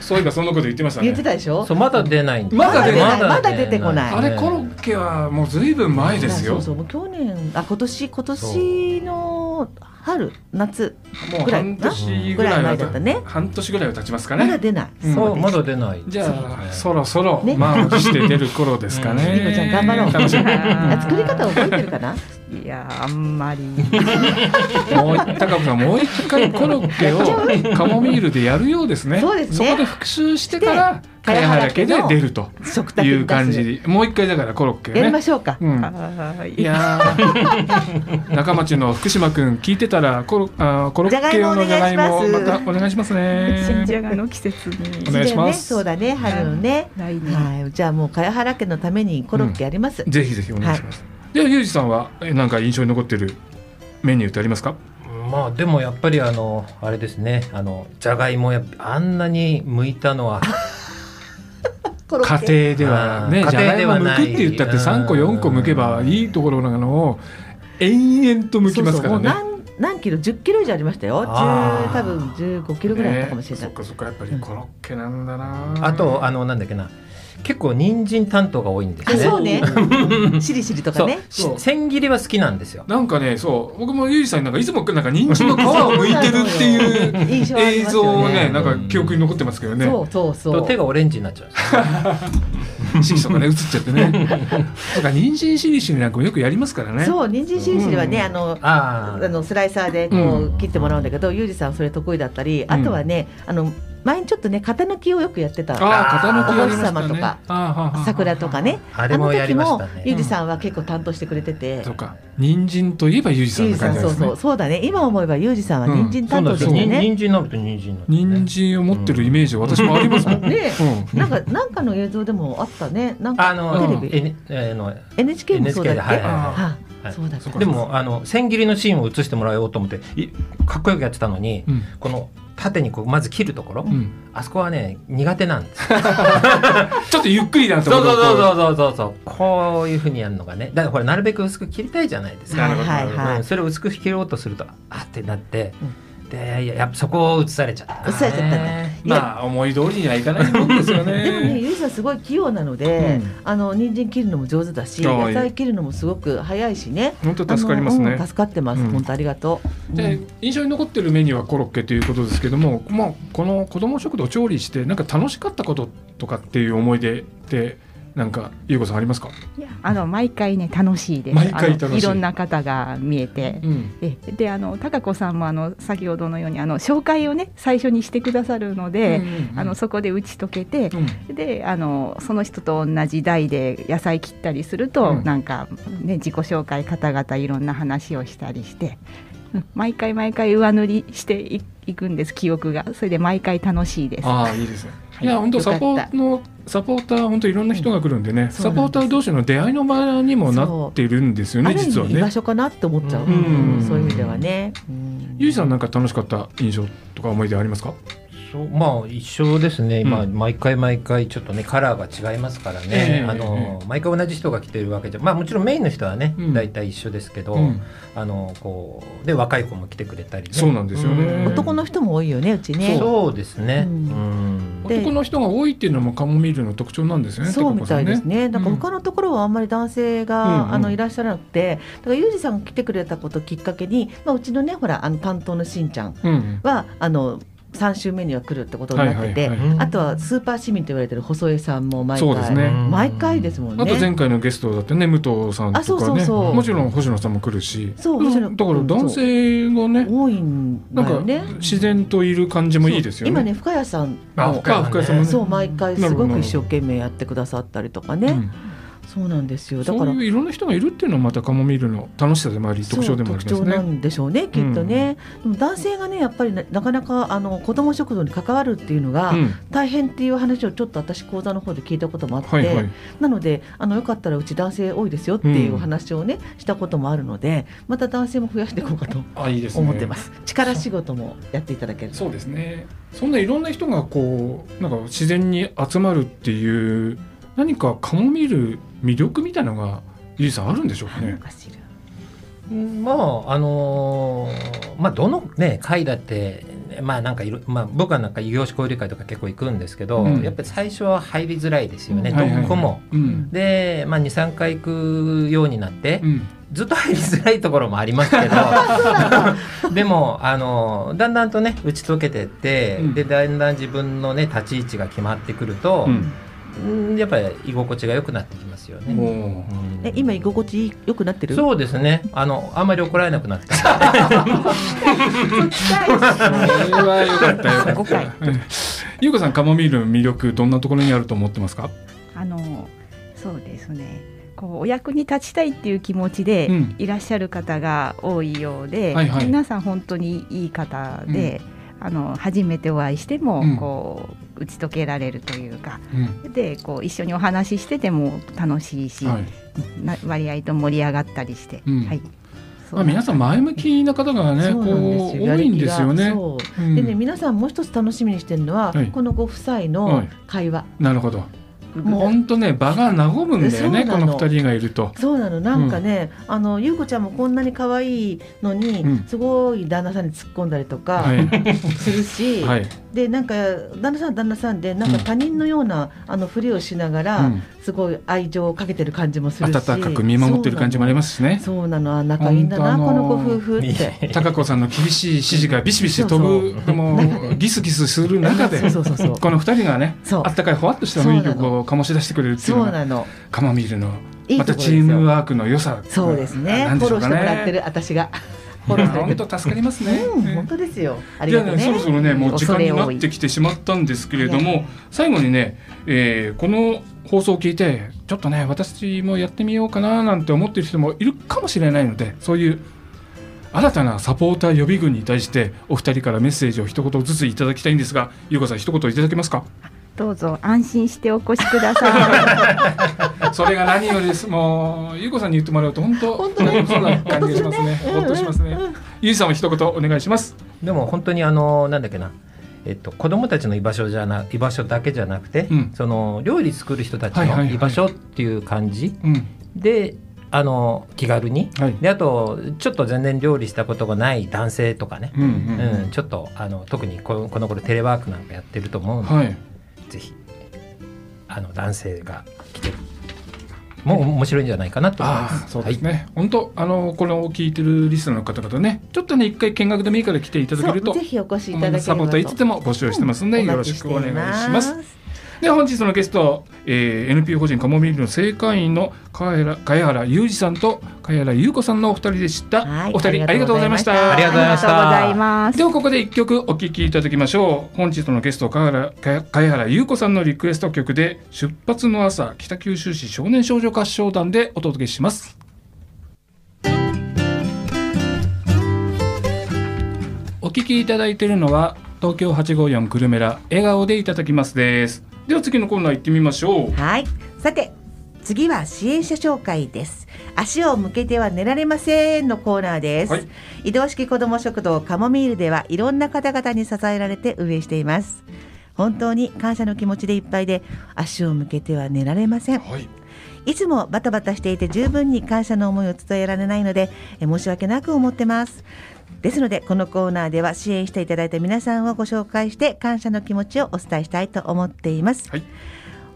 Speaker 2: そういえばそんなこと言ってました
Speaker 1: 言って
Speaker 2: ね
Speaker 1: たでしょ、
Speaker 4: そうまだ出ないんです
Speaker 2: まだ出ない
Speaker 1: まだ出てこない
Speaker 2: あれコロッケはもうずいぶん前です
Speaker 1: そ
Speaker 2: よ
Speaker 1: うそうもう去年あ今年今年の春夏
Speaker 2: もう半年ぐ
Speaker 1: ぐ
Speaker 2: ら
Speaker 1: ら
Speaker 2: い
Speaker 1: い
Speaker 2: は
Speaker 1: 前だったね
Speaker 2: 半年ぐらいは経ちますか
Speaker 1: まだ
Speaker 2: ね
Speaker 1: 出ない、
Speaker 2: うん
Speaker 1: そう
Speaker 4: そう
Speaker 1: です
Speaker 4: まだ出ない
Speaker 2: じゃあ
Speaker 4: そ
Speaker 2: そろそろ
Speaker 1: ね
Speaker 2: 満を持して出る頃ですかね
Speaker 1: リコちゃん頑張ろう
Speaker 2: 楽しみ
Speaker 1: あ作り方覚えてるかな
Speaker 3: いやーあんまり [laughs]
Speaker 2: もう高子さんもう一回コロッケをカモミールでやるようですね。
Speaker 1: そうですね
Speaker 2: そこで復習してから茅原家で出ると
Speaker 1: 食卓
Speaker 2: い
Speaker 1: に
Speaker 2: う感
Speaker 1: 出す
Speaker 2: じ。もう一回だからコロッケをね。
Speaker 1: やりましょうか、
Speaker 2: うん。
Speaker 3: はい
Speaker 2: いやー中町の福島くん聞いてたらコロあーコロッケ用のじ
Speaker 1: じ
Speaker 2: ゃ
Speaker 1: ゃ
Speaker 2: が
Speaker 1: がい
Speaker 2: い
Speaker 1: も
Speaker 2: も
Speaker 1: お願いし
Speaker 2: ま
Speaker 1: ます
Speaker 2: たお願いします
Speaker 3: 新
Speaker 2: ね。
Speaker 3: じゃがの季
Speaker 2: お
Speaker 3: 節に
Speaker 2: 願いします
Speaker 1: そうだね春のね、
Speaker 3: 来年、
Speaker 1: はいじゃあもう茅原家のためにコロッケやります、
Speaker 2: ぜひぜひお願いします。ではゆうじさんはえなんか印象に残ってるメニューってありますか？
Speaker 4: まあでもやっぱりあのあれですねあのじゃがいもやあんなに剥いたのは
Speaker 5: コロッケ
Speaker 2: 家庭ではね
Speaker 4: あー
Speaker 2: じゃがいも
Speaker 4: 家庭では
Speaker 2: 剥
Speaker 4: ない
Speaker 2: くって言ったって3個4個剥けばいいところなのを延々と剥きますからね
Speaker 1: そうそうもう何何キロ10キロ以上ありましたよ
Speaker 4: あ
Speaker 1: 10
Speaker 4: ー
Speaker 1: 多分15キロぐらいあったかもしれない、
Speaker 2: ねそっかそっかやっぱりコロッケなんだな、
Speaker 4: あとあのなんだっけな結構人参担当が多いんです
Speaker 1: あ
Speaker 4: ね
Speaker 1: そうね [laughs] しりしりとか
Speaker 4: そう
Speaker 1: ね
Speaker 4: し
Speaker 2: そう
Speaker 4: 千切りは好きなんですよ
Speaker 2: なんかねそう僕もゆいさんなんかいつもなんか人参の皮を剥いてるっていう
Speaker 1: 印象あり
Speaker 2: 映
Speaker 1: ます
Speaker 2: 像
Speaker 1: よ
Speaker 2: をね
Speaker 1: ね
Speaker 2: なんか記憶に残ってますけどね
Speaker 1: そうそうそ
Speaker 4: と手
Speaker 1: う
Speaker 4: がオレンジになっちゃうんですよ
Speaker 2: 色素がね映っちゃって
Speaker 1: [laughs]
Speaker 2: ねなんか人参しりしりなんかもよくやりますからね
Speaker 1: そう人参しりしりはね、
Speaker 2: うん
Speaker 1: あの
Speaker 4: あ
Speaker 1: あのスライサーでこ
Speaker 2: う
Speaker 1: う切ってもらうんだけど、ユージさんはそれ得意だったり、あとはねあの前にちょっとね肩抜きをよくやってた
Speaker 2: ああ肩抜きやりましたね
Speaker 1: お星様とか
Speaker 2: あーはーはーはー
Speaker 1: 桜とかね
Speaker 4: ああれもやりました
Speaker 1: あの時もユー
Speaker 4: ね
Speaker 1: ジさんは結構担当してくれてて、
Speaker 2: そうか人参といえばゆいさ
Speaker 1: ユー
Speaker 2: ん
Speaker 1: ジ
Speaker 2: の
Speaker 1: さ
Speaker 2: 感
Speaker 1: んそ
Speaker 2: じで
Speaker 1: う
Speaker 2: すね
Speaker 1: そうそうだね今思えばユージさんは人参
Speaker 4: そ
Speaker 1: 担
Speaker 4: うなん
Speaker 1: 当で
Speaker 4: で
Speaker 1: すし
Speaker 4: よ
Speaker 1: た
Speaker 4: に
Speaker 1: よね。
Speaker 4: 人参になると人参なんですね
Speaker 2: 人参を持ってるイメージは私もありますもん、
Speaker 1: ね
Speaker 2: うん
Speaker 1: なんかなんかの映像でもあったねなん
Speaker 4: あ
Speaker 1: か
Speaker 4: の
Speaker 1: テレビ
Speaker 4: ええの
Speaker 1: NHK もそうだっけ
Speaker 4: NHK ではいはい
Speaker 2: あ
Speaker 1: あ
Speaker 4: はい
Speaker 1: そうだった
Speaker 2: そうか
Speaker 4: でもあの千切りのシーンを映してもらおうと思っていかっこよくやってたのに、
Speaker 2: うん
Speaker 4: この縦にこうまず切るところ、
Speaker 2: うん
Speaker 4: あそこはね苦手なんですよ
Speaker 2: ちょっとゆっくりなんて
Speaker 4: [laughs] そうそうそう
Speaker 2: う
Speaker 4: そうそうそうこういうふうにやるのがねだからこれなるべく薄く切りたいじゃないですか、
Speaker 1: はいはいは
Speaker 4: うん
Speaker 1: い
Speaker 4: それを薄く切ろうとするとあってなって、でいややっぱそこを映されちゃった、
Speaker 1: 映されちゃったんだ
Speaker 2: まあ思い通りにはいかないもんです
Speaker 1: で
Speaker 2: よ
Speaker 1: もね
Speaker 2: ね
Speaker 1: ユージさんすごい器用なのであの人参切るのも上手だし
Speaker 2: ああいい
Speaker 1: 野菜切るのもすごく早いしね
Speaker 2: 本当助かります
Speaker 1: あ
Speaker 2: ね
Speaker 1: のうん助かってま
Speaker 2: う
Speaker 1: す
Speaker 2: ん
Speaker 1: 本当ありがとうう
Speaker 2: で
Speaker 1: ん
Speaker 2: 印象に残ってるメニューはコロッケということですけども、まあ、この子ども食堂を調理してなんか楽しかったこととかっていう思い出ってなんか優子さんありますか、
Speaker 3: いやあの毎回ね楽しいです
Speaker 2: 毎回楽しい
Speaker 3: あのいろんな方が見えて
Speaker 2: うん
Speaker 3: えであの高子さんもあの先ほどのようにあの紹介をね最初にしてくださるので、あのそこで打ち解けて、
Speaker 2: うん
Speaker 3: であのその人と同じ台で野菜切ったりすると、
Speaker 2: うん
Speaker 3: なんか、ね、自己紹介方々いろんな話をしたりしてうん毎回毎回上塗りしていいくんです記憶がそれで毎回楽しいです。
Speaker 2: ああいいですね
Speaker 3: はい
Speaker 2: いや本当
Speaker 3: よかっ
Speaker 2: サ
Speaker 3: た
Speaker 2: ポートのサポーター本当いろんな人が来るんでね、
Speaker 1: そう
Speaker 2: サポーター同士の出会いの場にもなってるんですよ
Speaker 1: あ
Speaker 2: ね
Speaker 1: る意
Speaker 2: 実は
Speaker 1: 味居場
Speaker 2: ね
Speaker 1: 所かなって思っちゃう
Speaker 4: うん
Speaker 1: うんそういう意味ではねうん
Speaker 2: ゆいさんなんか楽しかった印象とか思い出ありますか、
Speaker 4: そうまあ一緒ですね、
Speaker 2: うん
Speaker 4: まあ毎回毎回ちょっとねカラーが違いますから
Speaker 2: え
Speaker 4: ね、
Speaker 2: え
Speaker 4: あの毎回同じ人が来てるわけじゃまあもちろんメインの人はね、
Speaker 2: うん
Speaker 4: 大体一緒ですけど、
Speaker 2: うん
Speaker 4: あのこうで若い子も来てくれたりね、
Speaker 2: そうなんですよね
Speaker 4: うん
Speaker 1: 男の人も多いよねうちね
Speaker 4: そうですね、
Speaker 1: う
Speaker 4: うんん
Speaker 1: で
Speaker 2: 男の人が多いっていうのもカモミールの特徴なんですよね
Speaker 1: そうみたいですね。なんか
Speaker 2: うん
Speaker 1: 他のところはあんまり男性が、
Speaker 2: うんうん
Speaker 1: あのいらっしゃらなくて、だからユージさんが来てくれたことをきっかけに、まあうちのねほらあの担当のしんちゃん
Speaker 2: うんうん
Speaker 1: はあの三週目には来るってことになってて、
Speaker 2: はい
Speaker 1: あとはスーパー市民と言われてる細江さんも毎回、
Speaker 2: そうですね
Speaker 1: 毎回ですもんね。
Speaker 2: あと前回のゲストだってね武藤さん
Speaker 1: あそ
Speaker 2: と
Speaker 1: うそ
Speaker 2: か
Speaker 1: う
Speaker 2: ね
Speaker 1: そう
Speaker 2: もちろん星野さんも来るし
Speaker 1: そう
Speaker 2: だ
Speaker 1: 星
Speaker 2: か
Speaker 1: 野
Speaker 2: ら男性がね
Speaker 1: 多いんだ
Speaker 2: なん
Speaker 1: よ
Speaker 2: か
Speaker 1: ね。
Speaker 2: 自然といる感じもいいですよね。
Speaker 1: 今ね深谷さん
Speaker 2: あ
Speaker 1: も
Speaker 4: 深谷
Speaker 2: 深深井さんもね
Speaker 1: そう毎回すご
Speaker 2: なるほど
Speaker 1: く一生懸命やってくださったりとかね、
Speaker 2: うん
Speaker 1: そうなんですよだ
Speaker 2: そ
Speaker 1: か
Speaker 2: う
Speaker 1: ら
Speaker 2: いういろんな人がいるっていうのはまたカモミールの楽しさでもあり特徴でもありま
Speaker 1: そう特
Speaker 2: す
Speaker 1: 徴な
Speaker 2: ね。
Speaker 1: んでしょうねきっとね、でも男性がねやっぱりななかなかあの子ども食堂に関わるっていうのが
Speaker 2: うん
Speaker 1: 大変っていう話をちょっと私講座の方で聞いたこともあって、
Speaker 2: はいはい。
Speaker 1: なのであのよかったらうち男性多いですよっていうお話をね、したこともあるのでまた男性も増やしていこうかと
Speaker 2: あいいですね。
Speaker 1: 思ってます力仕事もやっていただけると
Speaker 2: そうですね。そんないろんな人がこうなんか自然に集まるっていう何かカモミール魅力みたいなのがゆいさんあるんでしょうか
Speaker 1: ある
Speaker 2: ね。
Speaker 1: かしら
Speaker 4: うんまああのーまあどのね会だってまあなんかいろまあ僕はなんか異業種交流会とか結構行くんですけど、
Speaker 2: うん
Speaker 4: やっぱり最初は入りづらいですよね、
Speaker 1: うん
Speaker 4: どこも。
Speaker 2: うん。
Speaker 4: で、まあ、23回行くようになって、
Speaker 2: うん。
Speaker 4: ずっと入りづらいところもあ
Speaker 2: [laughs]
Speaker 4: りますけどでもあのだんだんとね打ち解けてって、
Speaker 2: うん
Speaker 4: でだんだん自分のね立ち位置が決まってくると
Speaker 2: う、ん
Speaker 4: うんやっぱり居心地が良くなってきますよね。
Speaker 2: もう
Speaker 4: うん
Speaker 1: え今居心地良くなってる
Speaker 4: そうですねあのあんまり怒られなくなっ
Speaker 2: [laughs]
Speaker 4: た
Speaker 2: それはよかったよか
Speaker 3: 誤
Speaker 2: っ [laughs]
Speaker 3: 解
Speaker 2: た。うんゆうこさんカモミールの魅力どんなところにあると思ってますか。
Speaker 3: あのそうですねこうお役に立ちたいっていう気持ちで
Speaker 2: うん
Speaker 3: いらっしゃる方が多いようで、
Speaker 2: はいはい
Speaker 3: 皆さん本当にいい方で、あの初めてお会いしても、
Speaker 2: うん
Speaker 3: こう打ち解けられるというか
Speaker 2: うん。
Speaker 3: でこう一緒にお話ししてても楽しいし、
Speaker 2: はい。
Speaker 3: な割合と盛り上がったりして、
Speaker 2: うん
Speaker 3: はい。
Speaker 2: まあ皆さん前向きな方がね、
Speaker 1: そ
Speaker 2: こ
Speaker 1: う
Speaker 2: う
Speaker 1: なんですよや
Speaker 2: 多
Speaker 1: る
Speaker 2: い
Speaker 1: 気
Speaker 2: んですよ
Speaker 1: が
Speaker 2: ね。
Speaker 1: そう
Speaker 2: うん
Speaker 1: でね皆さんもう一つ楽しみにしてるのは、
Speaker 2: はい
Speaker 1: このご夫妻
Speaker 2: は
Speaker 1: の
Speaker 2: い
Speaker 1: 会話、
Speaker 2: なるほど。もう本当ね場が和むんだよね
Speaker 1: そうな
Speaker 2: こ
Speaker 1: の
Speaker 2: の二人がいると。
Speaker 1: そうなのなんかね、あの優子ちゃんもこんなに可愛いのに、
Speaker 2: うん
Speaker 1: すごい旦那さんに突っ込んだりとか
Speaker 2: はい
Speaker 1: [laughs] するし、
Speaker 2: はい。
Speaker 1: でなんか旦那さんは旦那さんでなんか
Speaker 2: うん
Speaker 1: 他人のような、あのふりをしながら、
Speaker 2: うん
Speaker 1: すごい愛情をかけてる感じもするし
Speaker 2: 温かく見守ってる感じもありますしね。
Speaker 1: そうなのそうなのあ仲いいんだな、こ
Speaker 2: 本当あ
Speaker 1: の
Speaker 2: の
Speaker 1: 子夫婦って。
Speaker 2: 高子さんの厳しい指示がビシビシ飛ぶ
Speaker 1: そう [laughs]
Speaker 2: もうギスギスする中で
Speaker 1: そうそうそうそう
Speaker 2: この二人がね
Speaker 1: そう
Speaker 2: あったかいほわっとした雰囲気をこう醸し出してくれるっていう
Speaker 1: そ
Speaker 2: の
Speaker 1: う
Speaker 2: が
Speaker 1: なの
Speaker 2: カマミールの
Speaker 1: いい
Speaker 2: ま
Speaker 1: ところ
Speaker 2: た
Speaker 1: です
Speaker 2: チ
Speaker 1: よ
Speaker 2: ームワークの良さ
Speaker 1: そうですね
Speaker 2: なん
Speaker 1: フ
Speaker 2: で
Speaker 1: ォロ
Speaker 2: しょう
Speaker 1: ーし
Speaker 2: か
Speaker 1: てもらって
Speaker 2: ね。
Speaker 1: る私がフォ
Speaker 2: い
Speaker 1: ロー
Speaker 2: や
Speaker 1: され
Speaker 2: 本
Speaker 1: てる
Speaker 2: 当助かりますね。
Speaker 1: うん本当ですよあり
Speaker 2: じゃ
Speaker 1: がと
Speaker 2: あ
Speaker 1: う
Speaker 2: ね
Speaker 1: ね
Speaker 2: そろそろねもう時間になって
Speaker 1: き
Speaker 2: きてしまったんですけれど
Speaker 1: い
Speaker 2: も
Speaker 1: や
Speaker 2: 最後にね、えーこの放送を聞いてちょっとね私もやってみようかななんて思ってる人もいるかもしれないのでそういう新たなサポーター予備軍に対してお二人からメッセージを一言ずついただきたいんですが優子さん一言いただけますか
Speaker 3: どうぞ安心してお越しく
Speaker 2: [laughs]
Speaker 3: ださい。
Speaker 2: それが何よりですもう優子さんに言ってもらうと本当
Speaker 1: 本当だね
Speaker 2: そうな感じがしますね
Speaker 1: ほ
Speaker 2: ほ
Speaker 1: っ
Speaker 2: っ
Speaker 1: と
Speaker 2: と
Speaker 1: す
Speaker 2: し
Speaker 1: るね
Speaker 2: ますねゆいさんも一言お願いします
Speaker 4: でも本当にあのなんだっけな、えっと、子供たちの居場所じゃな居場所だけじゃなくて、
Speaker 2: うん
Speaker 4: その料理作る人たち
Speaker 2: はいはい
Speaker 4: の
Speaker 2: はい
Speaker 4: 居場所っていう感じ
Speaker 2: うん
Speaker 4: であの気軽に、
Speaker 2: はい
Speaker 4: であとちょっと全然料理したことがない男性とかね、
Speaker 2: うんう
Speaker 4: うん
Speaker 2: ん
Speaker 4: ちょっとあの特にここの頃テレワークなんかやってると思うので、
Speaker 2: はい
Speaker 4: ぜひあの男性が来てもう面白いんじゃないかなと思いま
Speaker 2: ああ
Speaker 4: す。
Speaker 2: そうですね、本当あのこれを聞いてるリスナーの方々ねちょっとね一回見学でもいいから来ていただけると
Speaker 1: ぜひお越しいただければと
Speaker 2: サポートいつでも募集してますの
Speaker 1: う
Speaker 2: で、
Speaker 1: ん
Speaker 2: よろしくお願いします。では本日のゲスト、えー、NPO 法人カモミールの正会員の貝原貝原裕二さんと貝原優子さんのお二人でした、
Speaker 1: はい
Speaker 2: お二人ありがとうございました
Speaker 4: ありがとうございました
Speaker 3: ありがとうございます
Speaker 2: で。はここで一曲お聴きいただきましょう本日のゲスト貝原貝貝原優子さんのリクエスト曲で「出発の朝北九州市少年少女合唱団」でお届けしますお聴きいただいているのは東京854グルメラ笑顔でいただきますですでは次のコーナー行ってみましょう
Speaker 1: はい。さて、次は支援者紹介です。足を向けては寝られませんのコーナーです。
Speaker 2: はい
Speaker 1: 移動式子ども食堂カモミールではいろんな方々に支えられて運営しています。本当に感謝の気持ちでいっぱいで足を向けては寝られません。
Speaker 2: はい、
Speaker 1: いつもバタバタしていて十分に感謝の思いを伝えられないのでえ申し訳なく思ってます。ですのでこのコーナーでは支援していただいた皆さんをご紹介して感謝の気持ちをお伝えしたいと思っています。
Speaker 2: はい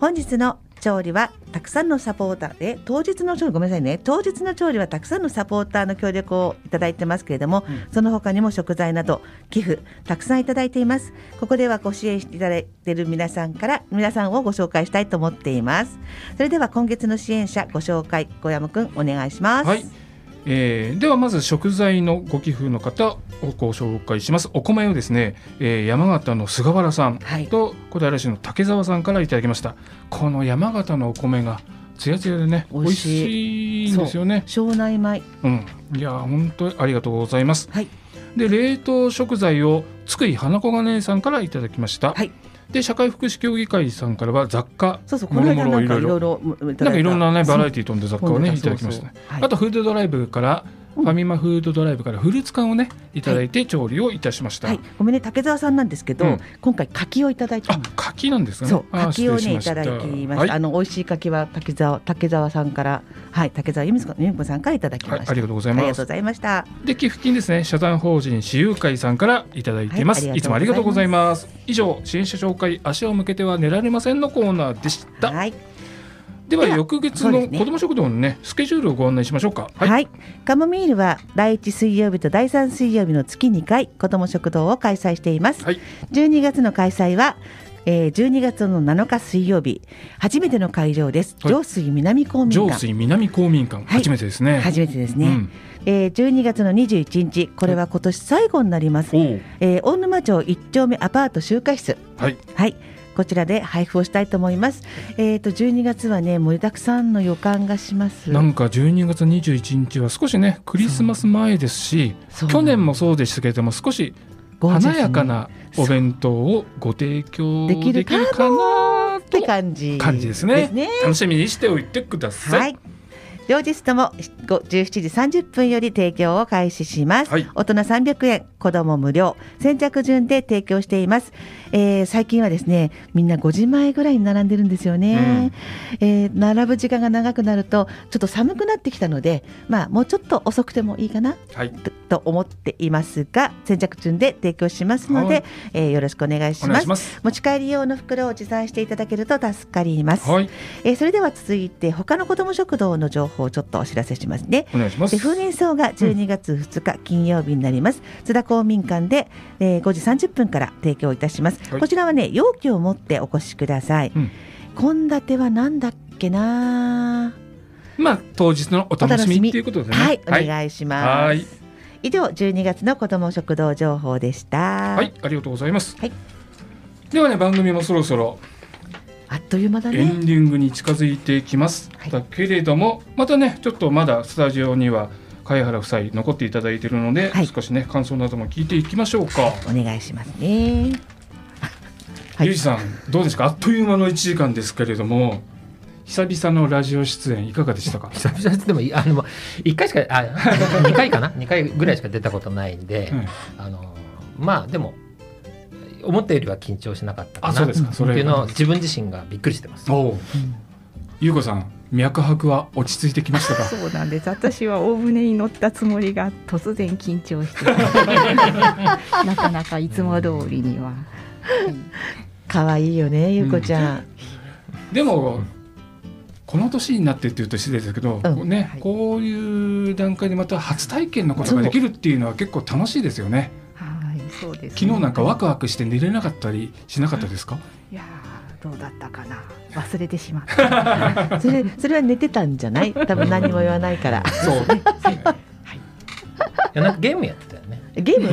Speaker 1: 本日の調理はたくさんのサポーターで当日の調理ごめんなさいね当日の調理はたくさんのサポーターの協力をいただいてますけれども、
Speaker 2: うん
Speaker 1: その他にも食材など寄付たくさんいただいていますここではご支援していただいている皆さんから皆さんをご紹介したいと思っていますそれでは今月の支援者ご紹介小山くんお願いします
Speaker 2: はいえーではまず食材のご寄付の方をご紹介しますお米をですね、えー山形の菅原さん
Speaker 1: はい
Speaker 2: と小平市の竹澤さんからいただきましたこの山形のお米がつやつやでね
Speaker 1: 美
Speaker 2: 美
Speaker 1: 味
Speaker 2: 味
Speaker 1: し
Speaker 2: しいんですよね
Speaker 1: 庄内米
Speaker 2: うんいやー本当にありがとうございます
Speaker 1: はい
Speaker 2: で冷凍食材を津久井花子が姉さんからいただきました、
Speaker 1: はい
Speaker 2: で社会福祉協議会さんからは雑貨
Speaker 1: そうそうこ
Speaker 2: も
Speaker 1: の
Speaker 2: ろ
Speaker 1: 間
Speaker 2: も
Speaker 1: な
Speaker 2: ろ
Speaker 1: ん
Speaker 2: い
Speaker 1: か
Speaker 2: ろ
Speaker 1: い
Speaker 2: い
Speaker 1: ろい
Speaker 2: ろ
Speaker 1: ろなん
Speaker 2: なんかいろんなねバラエ
Speaker 1: テ
Speaker 2: ティー飛んで雑貨をね
Speaker 1: そう
Speaker 2: いただきましたね
Speaker 1: そうそうはい
Speaker 2: あとフードドライブから、
Speaker 1: うん
Speaker 2: ファミマフードドライブからフルーツ缶をねいただいて調理をいたしました、
Speaker 1: はいごめんね竹澤さんなんですけど、
Speaker 2: うん
Speaker 1: 今回柿をいただいた
Speaker 2: あ
Speaker 1: の
Speaker 2: 柿なんですかね
Speaker 1: そう
Speaker 2: あ
Speaker 1: 柿を
Speaker 2: 失
Speaker 1: ねい
Speaker 2: 礼した
Speaker 1: だきました、
Speaker 2: はい
Speaker 1: あの美味しい柿は竹澤竹澤さんからはい竹澤由美子由美子さんからいただきました、
Speaker 2: はいありがとうござい
Speaker 1: あり
Speaker 2: ま
Speaker 1: がとう
Speaker 2: す
Speaker 1: ございました
Speaker 2: で寄付金ですね社団法人私有会さんからいただいています、
Speaker 1: はい
Speaker 2: い、
Speaker 1: ありがとうございます
Speaker 2: つもありがとうございます以上支援者紹介足を向けては寝られませんのコーナーでした、
Speaker 1: はい
Speaker 2: では
Speaker 1: では
Speaker 2: 翌月
Speaker 1: そうで
Speaker 2: の
Speaker 1: すね
Speaker 2: 子ども食堂のねスケジュールをご案内しましょうか
Speaker 1: はい、カモミールは第1水曜日と第3水曜日の月2回子ども食堂を開催しています、
Speaker 2: はい
Speaker 1: 12月の開催は、えー、12月の7日水曜日初めての会場です、
Speaker 2: はい
Speaker 1: 上水南公民
Speaker 2: 上
Speaker 1: 館
Speaker 2: 水南公民館、
Speaker 1: はい
Speaker 2: 初めてですね
Speaker 1: 初めてですね、
Speaker 2: うん
Speaker 1: えー、12月の21日これは今年最後になります、
Speaker 2: おう
Speaker 1: えー、大沼町1丁目アパート集会室
Speaker 2: はい
Speaker 1: はい、こちらで配布をしたいと思います。えっ、と12月はね盛りだくさんの予感がします。
Speaker 2: なんか12月21日は少しねクリスマス前ですし
Speaker 1: そう
Speaker 2: 去年もそうでしたけれども少し
Speaker 1: ゴージャス
Speaker 2: 華
Speaker 1: に
Speaker 2: やかなお弁当をご提供
Speaker 1: で
Speaker 2: で
Speaker 1: き
Speaker 2: き
Speaker 1: る
Speaker 2: る
Speaker 1: かな
Speaker 2: かな
Speaker 1: って
Speaker 2: と
Speaker 1: 感じ
Speaker 2: 感じですね
Speaker 1: ですね。
Speaker 2: 楽しみにしておいてください。
Speaker 1: はい。両日ともご17時30分より提供を開始します。
Speaker 2: はい
Speaker 1: 大人300円、子供無料先着順で提供しています、えー最近はですねみんな5時前ぐらいに並んでるんですよね、えー並ぶ時間が長くなるとちょっと寒くなってきたのでまあもうちょっと遅くてもいいかな
Speaker 2: はい、
Speaker 1: とと思っていますが先着順で提供しますので、
Speaker 2: はい
Speaker 1: えーよろしくお願いし
Speaker 2: お
Speaker 1: ま
Speaker 2: 願い
Speaker 1: す
Speaker 2: します。
Speaker 1: 持ち帰り用の袋を持参していただけると助かります、
Speaker 2: はい、
Speaker 1: えーそれでは続いて他の子ども食堂の情報をちょっとお知らせしますね
Speaker 2: お願いします。
Speaker 1: で風鈴層が12月2日金曜日になります、津田公民館で、えー5時30分から提供いたします、
Speaker 2: はい
Speaker 1: こちらはね容器を持ってお越しください
Speaker 2: うん
Speaker 1: 献立、はなんだっけな
Speaker 2: まあ当日のお楽し
Speaker 1: お楽しみ
Speaker 2: みということでね。
Speaker 1: はい、お
Speaker 2: はい、
Speaker 1: 願いします、
Speaker 2: はい
Speaker 1: 以上12月の子ども食堂情報でした、
Speaker 2: はいありがとうございます。
Speaker 1: はい
Speaker 2: ではね番組もそろそろ
Speaker 1: あっという間だ
Speaker 2: エン
Speaker 1: ね
Speaker 2: ディングに近づいていきます、
Speaker 1: はい
Speaker 2: だけれどもまたねちょっとまだスタジオには貝原夫妻残っていただいているので、
Speaker 1: はい
Speaker 2: 少しね感想なども聞いていきましょうか、
Speaker 1: お願いしますねは
Speaker 2: ゆう
Speaker 1: い
Speaker 2: じさんどうですかあっという間の1時間ですけれども久々のラジオ出演いかがでし
Speaker 1: [laughs]
Speaker 2: たか、
Speaker 4: 久々でもいあの1回しかあ2 [laughs] 回かな2回ぐらいしか出たことないんで、
Speaker 2: うん
Speaker 4: あのまあでも思ったよりは緊張しなかったかな
Speaker 2: あそうですかそれ
Speaker 4: っていうのを自分自身がびっくりしてます。
Speaker 2: おうゆうこさん脈拍は落ち着いてきまし
Speaker 1: [laughs]
Speaker 2: たか
Speaker 3: そうなんです私は大船に乗ったつもりが突然緊
Speaker 2: [laughs]
Speaker 3: 張してなかなかいつも通りには
Speaker 1: 可愛いよねゆうこちゃん、
Speaker 2: でもこの年になってっていうと失礼ですけど、
Speaker 1: うん
Speaker 2: ね、
Speaker 1: はい
Speaker 2: こういう段階でまた初体験のことができるっていうのは結構楽しいですよね
Speaker 3: はいそうです、ね、
Speaker 2: 昨日なんかワクワクして寝れなかったりしなかったで
Speaker 1: [laughs]
Speaker 2: すか
Speaker 3: いやーどうだったかな忘れてしまった
Speaker 1: それそれは寝てたんじゃない多分何も言わないから
Speaker 2: そう
Speaker 4: いやなんかゲームやってたよね。
Speaker 1: ゲーム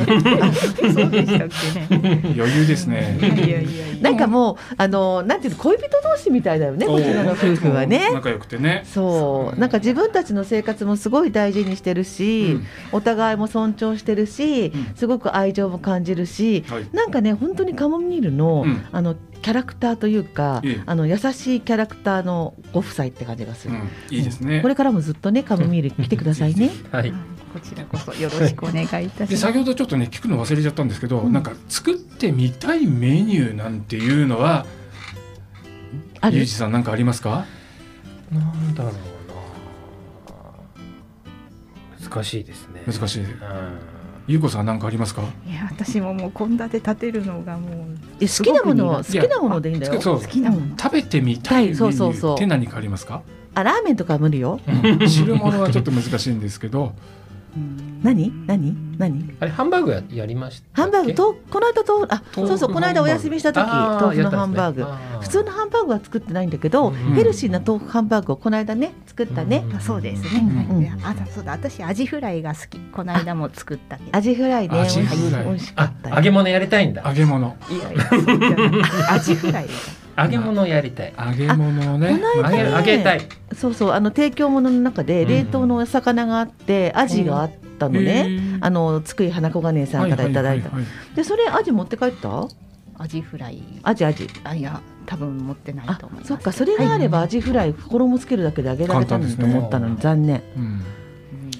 Speaker 2: [laughs]
Speaker 3: そうでしたっけね
Speaker 2: [laughs] 余裕です
Speaker 3: いや
Speaker 1: [laughs]
Speaker 2: ね
Speaker 3: いやいやいや
Speaker 1: なんかもうあのなんていうの恋人同士みたいだよねこちらの夫婦は
Speaker 2: そう
Speaker 1: ね。
Speaker 2: 仲良くてね
Speaker 1: そうなんか自分たちの生活もすごい大事にしてるし、
Speaker 2: うん
Speaker 1: お互いも尊重してるし、
Speaker 2: うん
Speaker 1: すごく愛情も感じるし
Speaker 2: はい
Speaker 1: なんかね本当にカモミールの,、
Speaker 2: うん
Speaker 1: あのキャラクターというか、
Speaker 2: ええ
Speaker 1: あの優しいキャラクターのご夫妻って感じがす
Speaker 2: う
Speaker 1: る、
Speaker 2: んいいですね
Speaker 1: これからもずっとねカモミール来てくださいね
Speaker 4: はい。
Speaker 3: こちらこそよろしくお願いいた
Speaker 2: で
Speaker 3: します
Speaker 2: 先ほどちょっとね聞くの忘れちゃったんですけど、
Speaker 1: うん
Speaker 2: なんか作ってみたいメニューなんていうのは
Speaker 1: あ
Speaker 2: ゆう
Speaker 1: る
Speaker 2: じさんなんかありますか
Speaker 4: なんだろうな。難しいですね。
Speaker 2: 難しい
Speaker 4: うん
Speaker 2: ゆうこさんなんかありますか
Speaker 3: いや私ももう献立立てるのがもう
Speaker 1: いや好きなものを好
Speaker 2: すごく苦手
Speaker 1: きなものでいいんだよ
Speaker 2: そう
Speaker 3: 好きなもの
Speaker 2: 食べてみたいメニ
Speaker 1: そうそ
Speaker 2: ュ
Speaker 1: うそ
Speaker 2: ー
Speaker 1: う
Speaker 2: って何かありますか
Speaker 1: あラーメンとかは無理よ
Speaker 2: 汁物はちょっと難しいんです
Speaker 1: [laughs]
Speaker 2: けど、
Speaker 1: 何何何
Speaker 4: あれハンバーグややりましたっけ。
Speaker 1: ハンバーグとこの間とあ
Speaker 2: 豆腐
Speaker 1: そうそうこの間お休みした時
Speaker 4: あー
Speaker 1: 豆腐の
Speaker 4: やった
Speaker 1: ハ
Speaker 4: ん
Speaker 1: ン
Speaker 4: ですね
Speaker 1: バーグ、
Speaker 4: あー
Speaker 1: 普通のハンバーグは作ってないんだけど、
Speaker 4: うん
Speaker 1: ヘルシーな豆腐ハンバーグをこの間ね作ったね、
Speaker 4: ん
Speaker 3: あそうですね、
Speaker 2: うん
Speaker 3: はいあそうだ私アジフライが好きこの間も作ったけど
Speaker 1: アジフライね
Speaker 2: アジフライ
Speaker 1: 美味しか
Speaker 4: あ
Speaker 1: った
Speaker 4: 揚げ物やりたいんだ
Speaker 2: 揚。げ物
Speaker 3: いやいやそうじゃないアジフライが
Speaker 4: 揚げ物やりたい。
Speaker 2: 揚げ物をね
Speaker 1: この
Speaker 4: 揚げ
Speaker 1: 間
Speaker 4: 揚
Speaker 1: ね
Speaker 4: げたい。
Speaker 1: そうそうあの提供物の中で
Speaker 4: うん
Speaker 1: 冷凍のお魚があって、アジがあったのね、あの津久井花子が姉さんからいただいた、
Speaker 2: ははは
Speaker 1: でそれアジ持って帰った
Speaker 3: アジフライ
Speaker 1: アジアジ
Speaker 3: あいや多分持ってない
Speaker 1: あ
Speaker 3: と思います
Speaker 1: そっかそれがあればアジフライ衣つけるだけで揚げられたのにと思ったのに残念、
Speaker 2: いうん
Speaker 3: うん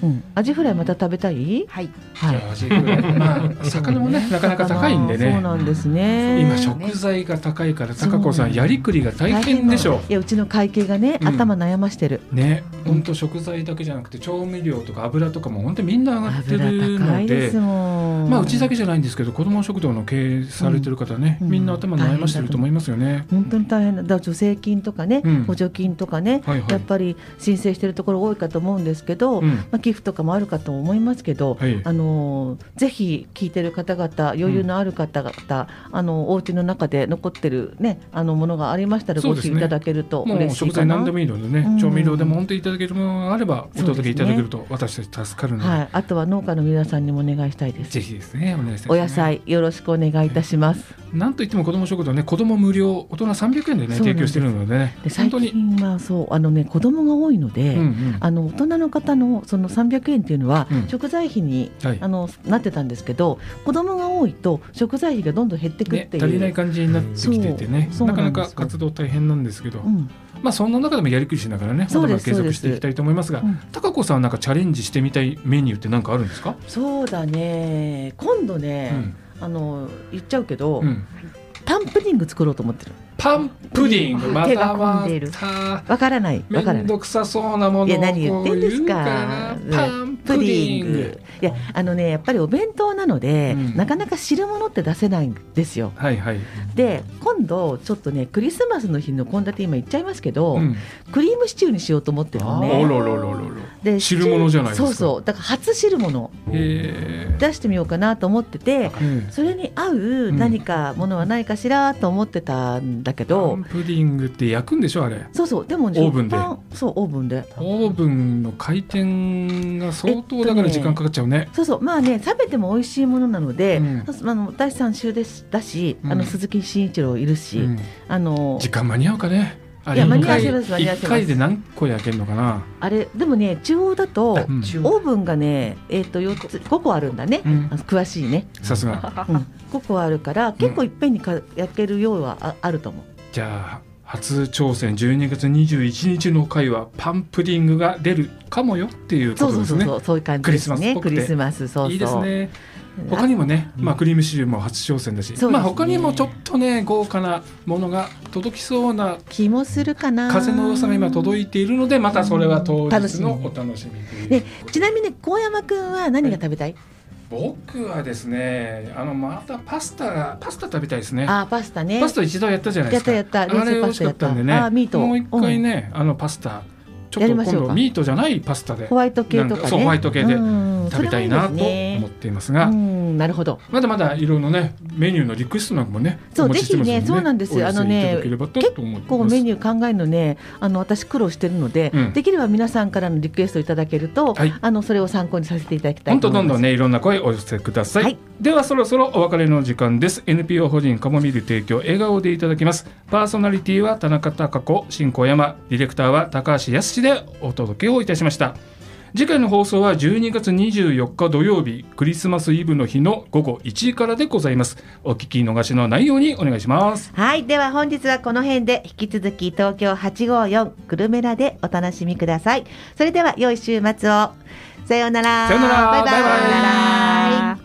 Speaker 1: うん、アジフライまた食べたい
Speaker 3: はい
Speaker 1: はい
Speaker 2: いやアジフライまあ
Speaker 1: [laughs]
Speaker 2: 魚もねなかなか高いんで
Speaker 1: そう
Speaker 2: ね
Speaker 1: なんですね。
Speaker 2: 今食材が高いから高子さんやりくりが大変でしょ
Speaker 1: いやうちの会計がね、
Speaker 2: うん
Speaker 1: 頭悩ましてる。
Speaker 2: うね本当食材だけじゃなくて調味料とか油とかも本当みんな上がって
Speaker 1: 油
Speaker 2: る
Speaker 1: 高
Speaker 2: の
Speaker 1: いで
Speaker 2: です
Speaker 1: もん。
Speaker 2: まあうちだ
Speaker 1: け
Speaker 2: けじゃないんですけど子ども食堂の経営されてる方ね、
Speaker 1: うん
Speaker 2: みんな頭悩ましてると思いますよね。
Speaker 1: 本当に大変だ。だから助成金とかね、
Speaker 2: うん
Speaker 1: 補助金とかね、
Speaker 2: はいはい
Speaker 1: やっぱり申請してるところ多いかと思うんですけど、
Speaker 2: うん
Speaker 1: まあ寄付とかもあるかと思いますけど。
Speaker 2: はい
Speaker 1: あのーぜひ聞いてる方々余裕のある方々、あのお家の中で残ってるねあのものがありましたら
Speaker 2: そ
Speaker 1: ご
Speaker 2: うで
Speaker 1: 寄
Speaker 2: すね
Speaker 1: 付いただけると
Speaker 2: もう
Speaker 1: 嬉しい
Speaker 2: 食
Speaker 1: か
Speaker 2: 材
Speaker 1: な、
Speaker 2: 何でもいいのでね、
Speaker 1: うん
Speaker 2: 調味料でも本当にいただけるものがあればお届けいただけると私たち助かるので
Speaker 1: はい、あとは農家の皆さんにもお願いしたいです
Speaker 2: ぜひですねお願いしたいですね
Speaker 1: お野菜よろしくお願いいたします。
Speaker 2: なんといっても子ども食堂ね子ども無料大人300円でね
Speaker 1: そうなんです
Speaker 2: 提供してるのでね
Speaker 1: で
Speaker 2: 本
Speaker 1: 最
Speaker 2: 当に、
Speaker 1: 近はそうあのね子供が多いので、
Speaker 2: うんうん
Speaker 1: あの大人の方のその300円っていうのは、
Speaker 2: うん
Speaker 1: 食材費に
Speaker 2: はい
Speaker 1: あのなってたんですけど子供が多いと食材費がどんどん減ってくっ
Speaker 2: ね
Speaker 1: てい
Speaker 2: 足り
Speaker 1: う。
Speaker 2: ない感じになってきててね
Speaker 1: そう
Speaker 2: なかな
Speaker 1: そうなんで
Speaker 2: か
Speaker 1: すよ
Speaker 2: 活動大変なんですけど、
Speaker 1: うん、
Speaker 2: まあ、そんな中でもやりくりしながらね、
Speaker 1: そう
Speaker 2: まだ
Speaker 1: で
Speaker 2: まだ
Speaker 1: す
Speaker 2: 継続していきたいと思いますが
Speaker 1: そうです、
Speaker 2: 高子さんはなんかチャレンジしてみたいメニューって何かあるんですか？
Speaker 5: そうだね今度
Speaker 2: う
Speaker 5: ね、
Speaker 2: ん
Speaker 5: あの言っちゃうけど、
Speaker 2: うん
Speaker 5: パンプディング作ろうと思ってる
Speaker 2: パンプディングま
Speaker 3: 手
Speaker 2: た
Speaker 3: が
Speaker 2: ま
Speaker 3: 込んでる
Speaker 2: た
Speaker 1: わからない
Speaker 2: め
Speaker 1: わからな
Speaker 2: ん
Speaker 1: い
Speaker 2: どくさそうなものを
Speaker 1: いや何言ってんですか
Speaker 2: こう言うらパンプディング。
Speaker 1: いやあのねやっぱりお弁当なので、
Speaker 2: うん
Speaker 1: なかなか汁物って出せないんですよ
Speaker 2: はいはい。
Speaker 1: で今度ちょっとねクリスマスの日の献立今言っちゃいますけど、
Speaker 2: うん
Speaker 1: クリームシチューにしようと思ってるの
Speaker 2: あ
Speaker 1: ね
Speaker 2: らららららら。
Speaker 1: で
Speaker 2: 汁物じゃないですか
Speaker 1: そうそうだから初汁物
Speaker 2: へ
Speaker 1: 出してみようかなと思ってて
Speaker 2: え。
Speaker 1: それに合う何かものはないかしらと思ってたんだけ
Speaker 2: パ
Speaker 1: ど、
Speaker 2: ンプディングって焼くんでしょあれ。
Speaker 1: そうそうでもね
Speaker 2: オーブンで
Speaker 1: 食パンそうオーブンで
Speaker 2: オーブンの回転が相当だから時間かかっちゃうね。
Speaker 1: そうそうまあね冷めても美味しいものなので、
Speaker 2: うん
Speaker 1: あの第三週ですだし、
Speaker 2: うん
Speaker 1: あの鈴木慎一郎いるし、
Speaker 2: うん
Speaker 1: あの
Speaker 2: 時間間に合うかね。あ
Speaker 1: い
Speaker 2: れ
Speaker 1: や間
Speaker 2: 一
Speaker 1: に合わ
Speaker 2: 回
Speaker 1: せます間に合わせ
Speaker 2: 一
Speaker 1: ます
Speaker 2: 回で何個焼けるのかな。
Speaker 1: あれでもね中央だと
Speaker 2: うん
Speaker 4: 中
Speaker 1: オーブンがねえっ、と四つ五個あるんだね、
Speaker 2: うん
Speaker 1: あの詳しいね、
Speaker 2: さすが。
Speaker 1: うん、5個あるから結構いっぺんにか焼けるようはああると思う
Speaker 2: じゃあ初挑戦12月21日の回はパンプディングが出るかもよっていうこ
Speaker 1: そう
Speaker 2: と
Speaker 1: そ
Speaker 2: で
Speaker 1: う
Speaker 2: す
Speaker 1: そう
Speaker 2: ね
Speaker 1: そ。うそういう感じですね
Speaker 2: ク
Speaker 1: ク
Speaker 2: リ
Speaker 1: リ
Speaker 2: ス
Speaker 1: スマスそうそう
Speaker 2: いいですね。
Speaker 1: あ
Speaker 2: 他にもね、
Speaker 4: うん
Speaker 2: まあクリームシチューも初挑戦だし、
Speaker 1: そうですね
Speaker 2: まあ他にもちょっとね豪華なものが届きそうな
Speaker 1: 気もするかな
Speaker 2: 風の噂が今届いているので、またそれは当日の
Speaker 1: うん
Speaker 2: お楽しみという
Speaker 1: ねちなみに高山くんは何が食べたい、
Speaker 2: 僕はですね、あのまたパスタがパスタ食べたいですね。
Speaker 1: あーパスタね
Speaker 2: パスタ一度やったじゃないで
Speaker 1: やっ
Speaker 2: すか。
Speaker 1: たやった冷
Speaker 2: あれ
Speaker 1: 製
Speaker 2: 美
Speaker 1: パ
Speaker 2: 味
Speaker 1: ス
Speaker 2: し
Speaker 1: タ
Speaker 2: か
Speaker 1: や
Speaker 2: っ
Speaker 1: った
Speaker 2: たんでね。
Speaker 1: あーミート
Speaker 2: もう一回
Speaker 1: うん
Speaker 2: ね、あのパスタちょっ
Speaker 1: や
Speaker 2: と
Speaker 1: りま
Speaker 2: 今
Speaker 1: しょうか
Speaker 2: 度ミートじゃないパスタで
Speaker 1: ホワイト系とか
Speaker 2: なんか
Speaker 1: ね
Speaker 2: そうホワイト系で
Speaker 1: うん
Speaker 2: 食べたいなと
Speaker 1: それもいい
Speaker 2: 思
Speaker 1: ですね
Speaker 2: っていますが
Speaker 1: う、んなるほど
Speaker 2: まだまだいろいろねメニューのリクエストなんかもね、
Speaker 1: そう
Speaker 2: お待ちしてます
Speaker 1: ぜひねそうなんですよ
Speaker 2: お寄せ
Speaker 1: あのね
Speaker 2: いただければと思います
Speaker 1: こうメニュー考えるのねあの私苦労してるので、
Speaker 2: うん
Speaker 1: できれば皆さんからのリクエストいただけると、
Speaker 2: はい
Speaker 1: あのそれを参考にさせていただきた
Speaker 2: 本
Speaker 1: いと
Speaker 2: 当
Speaker 1: 思
Speaker 2: ど
Speaker 1: います
Speaker 2: んどんねいろんな声をお寄せください、
Speaker 1: はい
Speaker 2: ではそろそろお別れの時間です NPO 法人カモミール提供笑顔でいただきますパーソナリティは田中貴子新小山ディレクターは高橋康でお届けをいたしました次回の放送は12月24日土曜日クリスマスイブの日の午後1時からでございますお聞き逃しのないようにお願いします
Speaker 1: はいでは本日はこの辺で引き続き東京854グルメラでお楽しみくださいそれでは良い週末をさようなら
Speaker 2: さようなら
Speaker 1: バイバイ
Speaker 2: バイバイ
Speaker 1: さようなら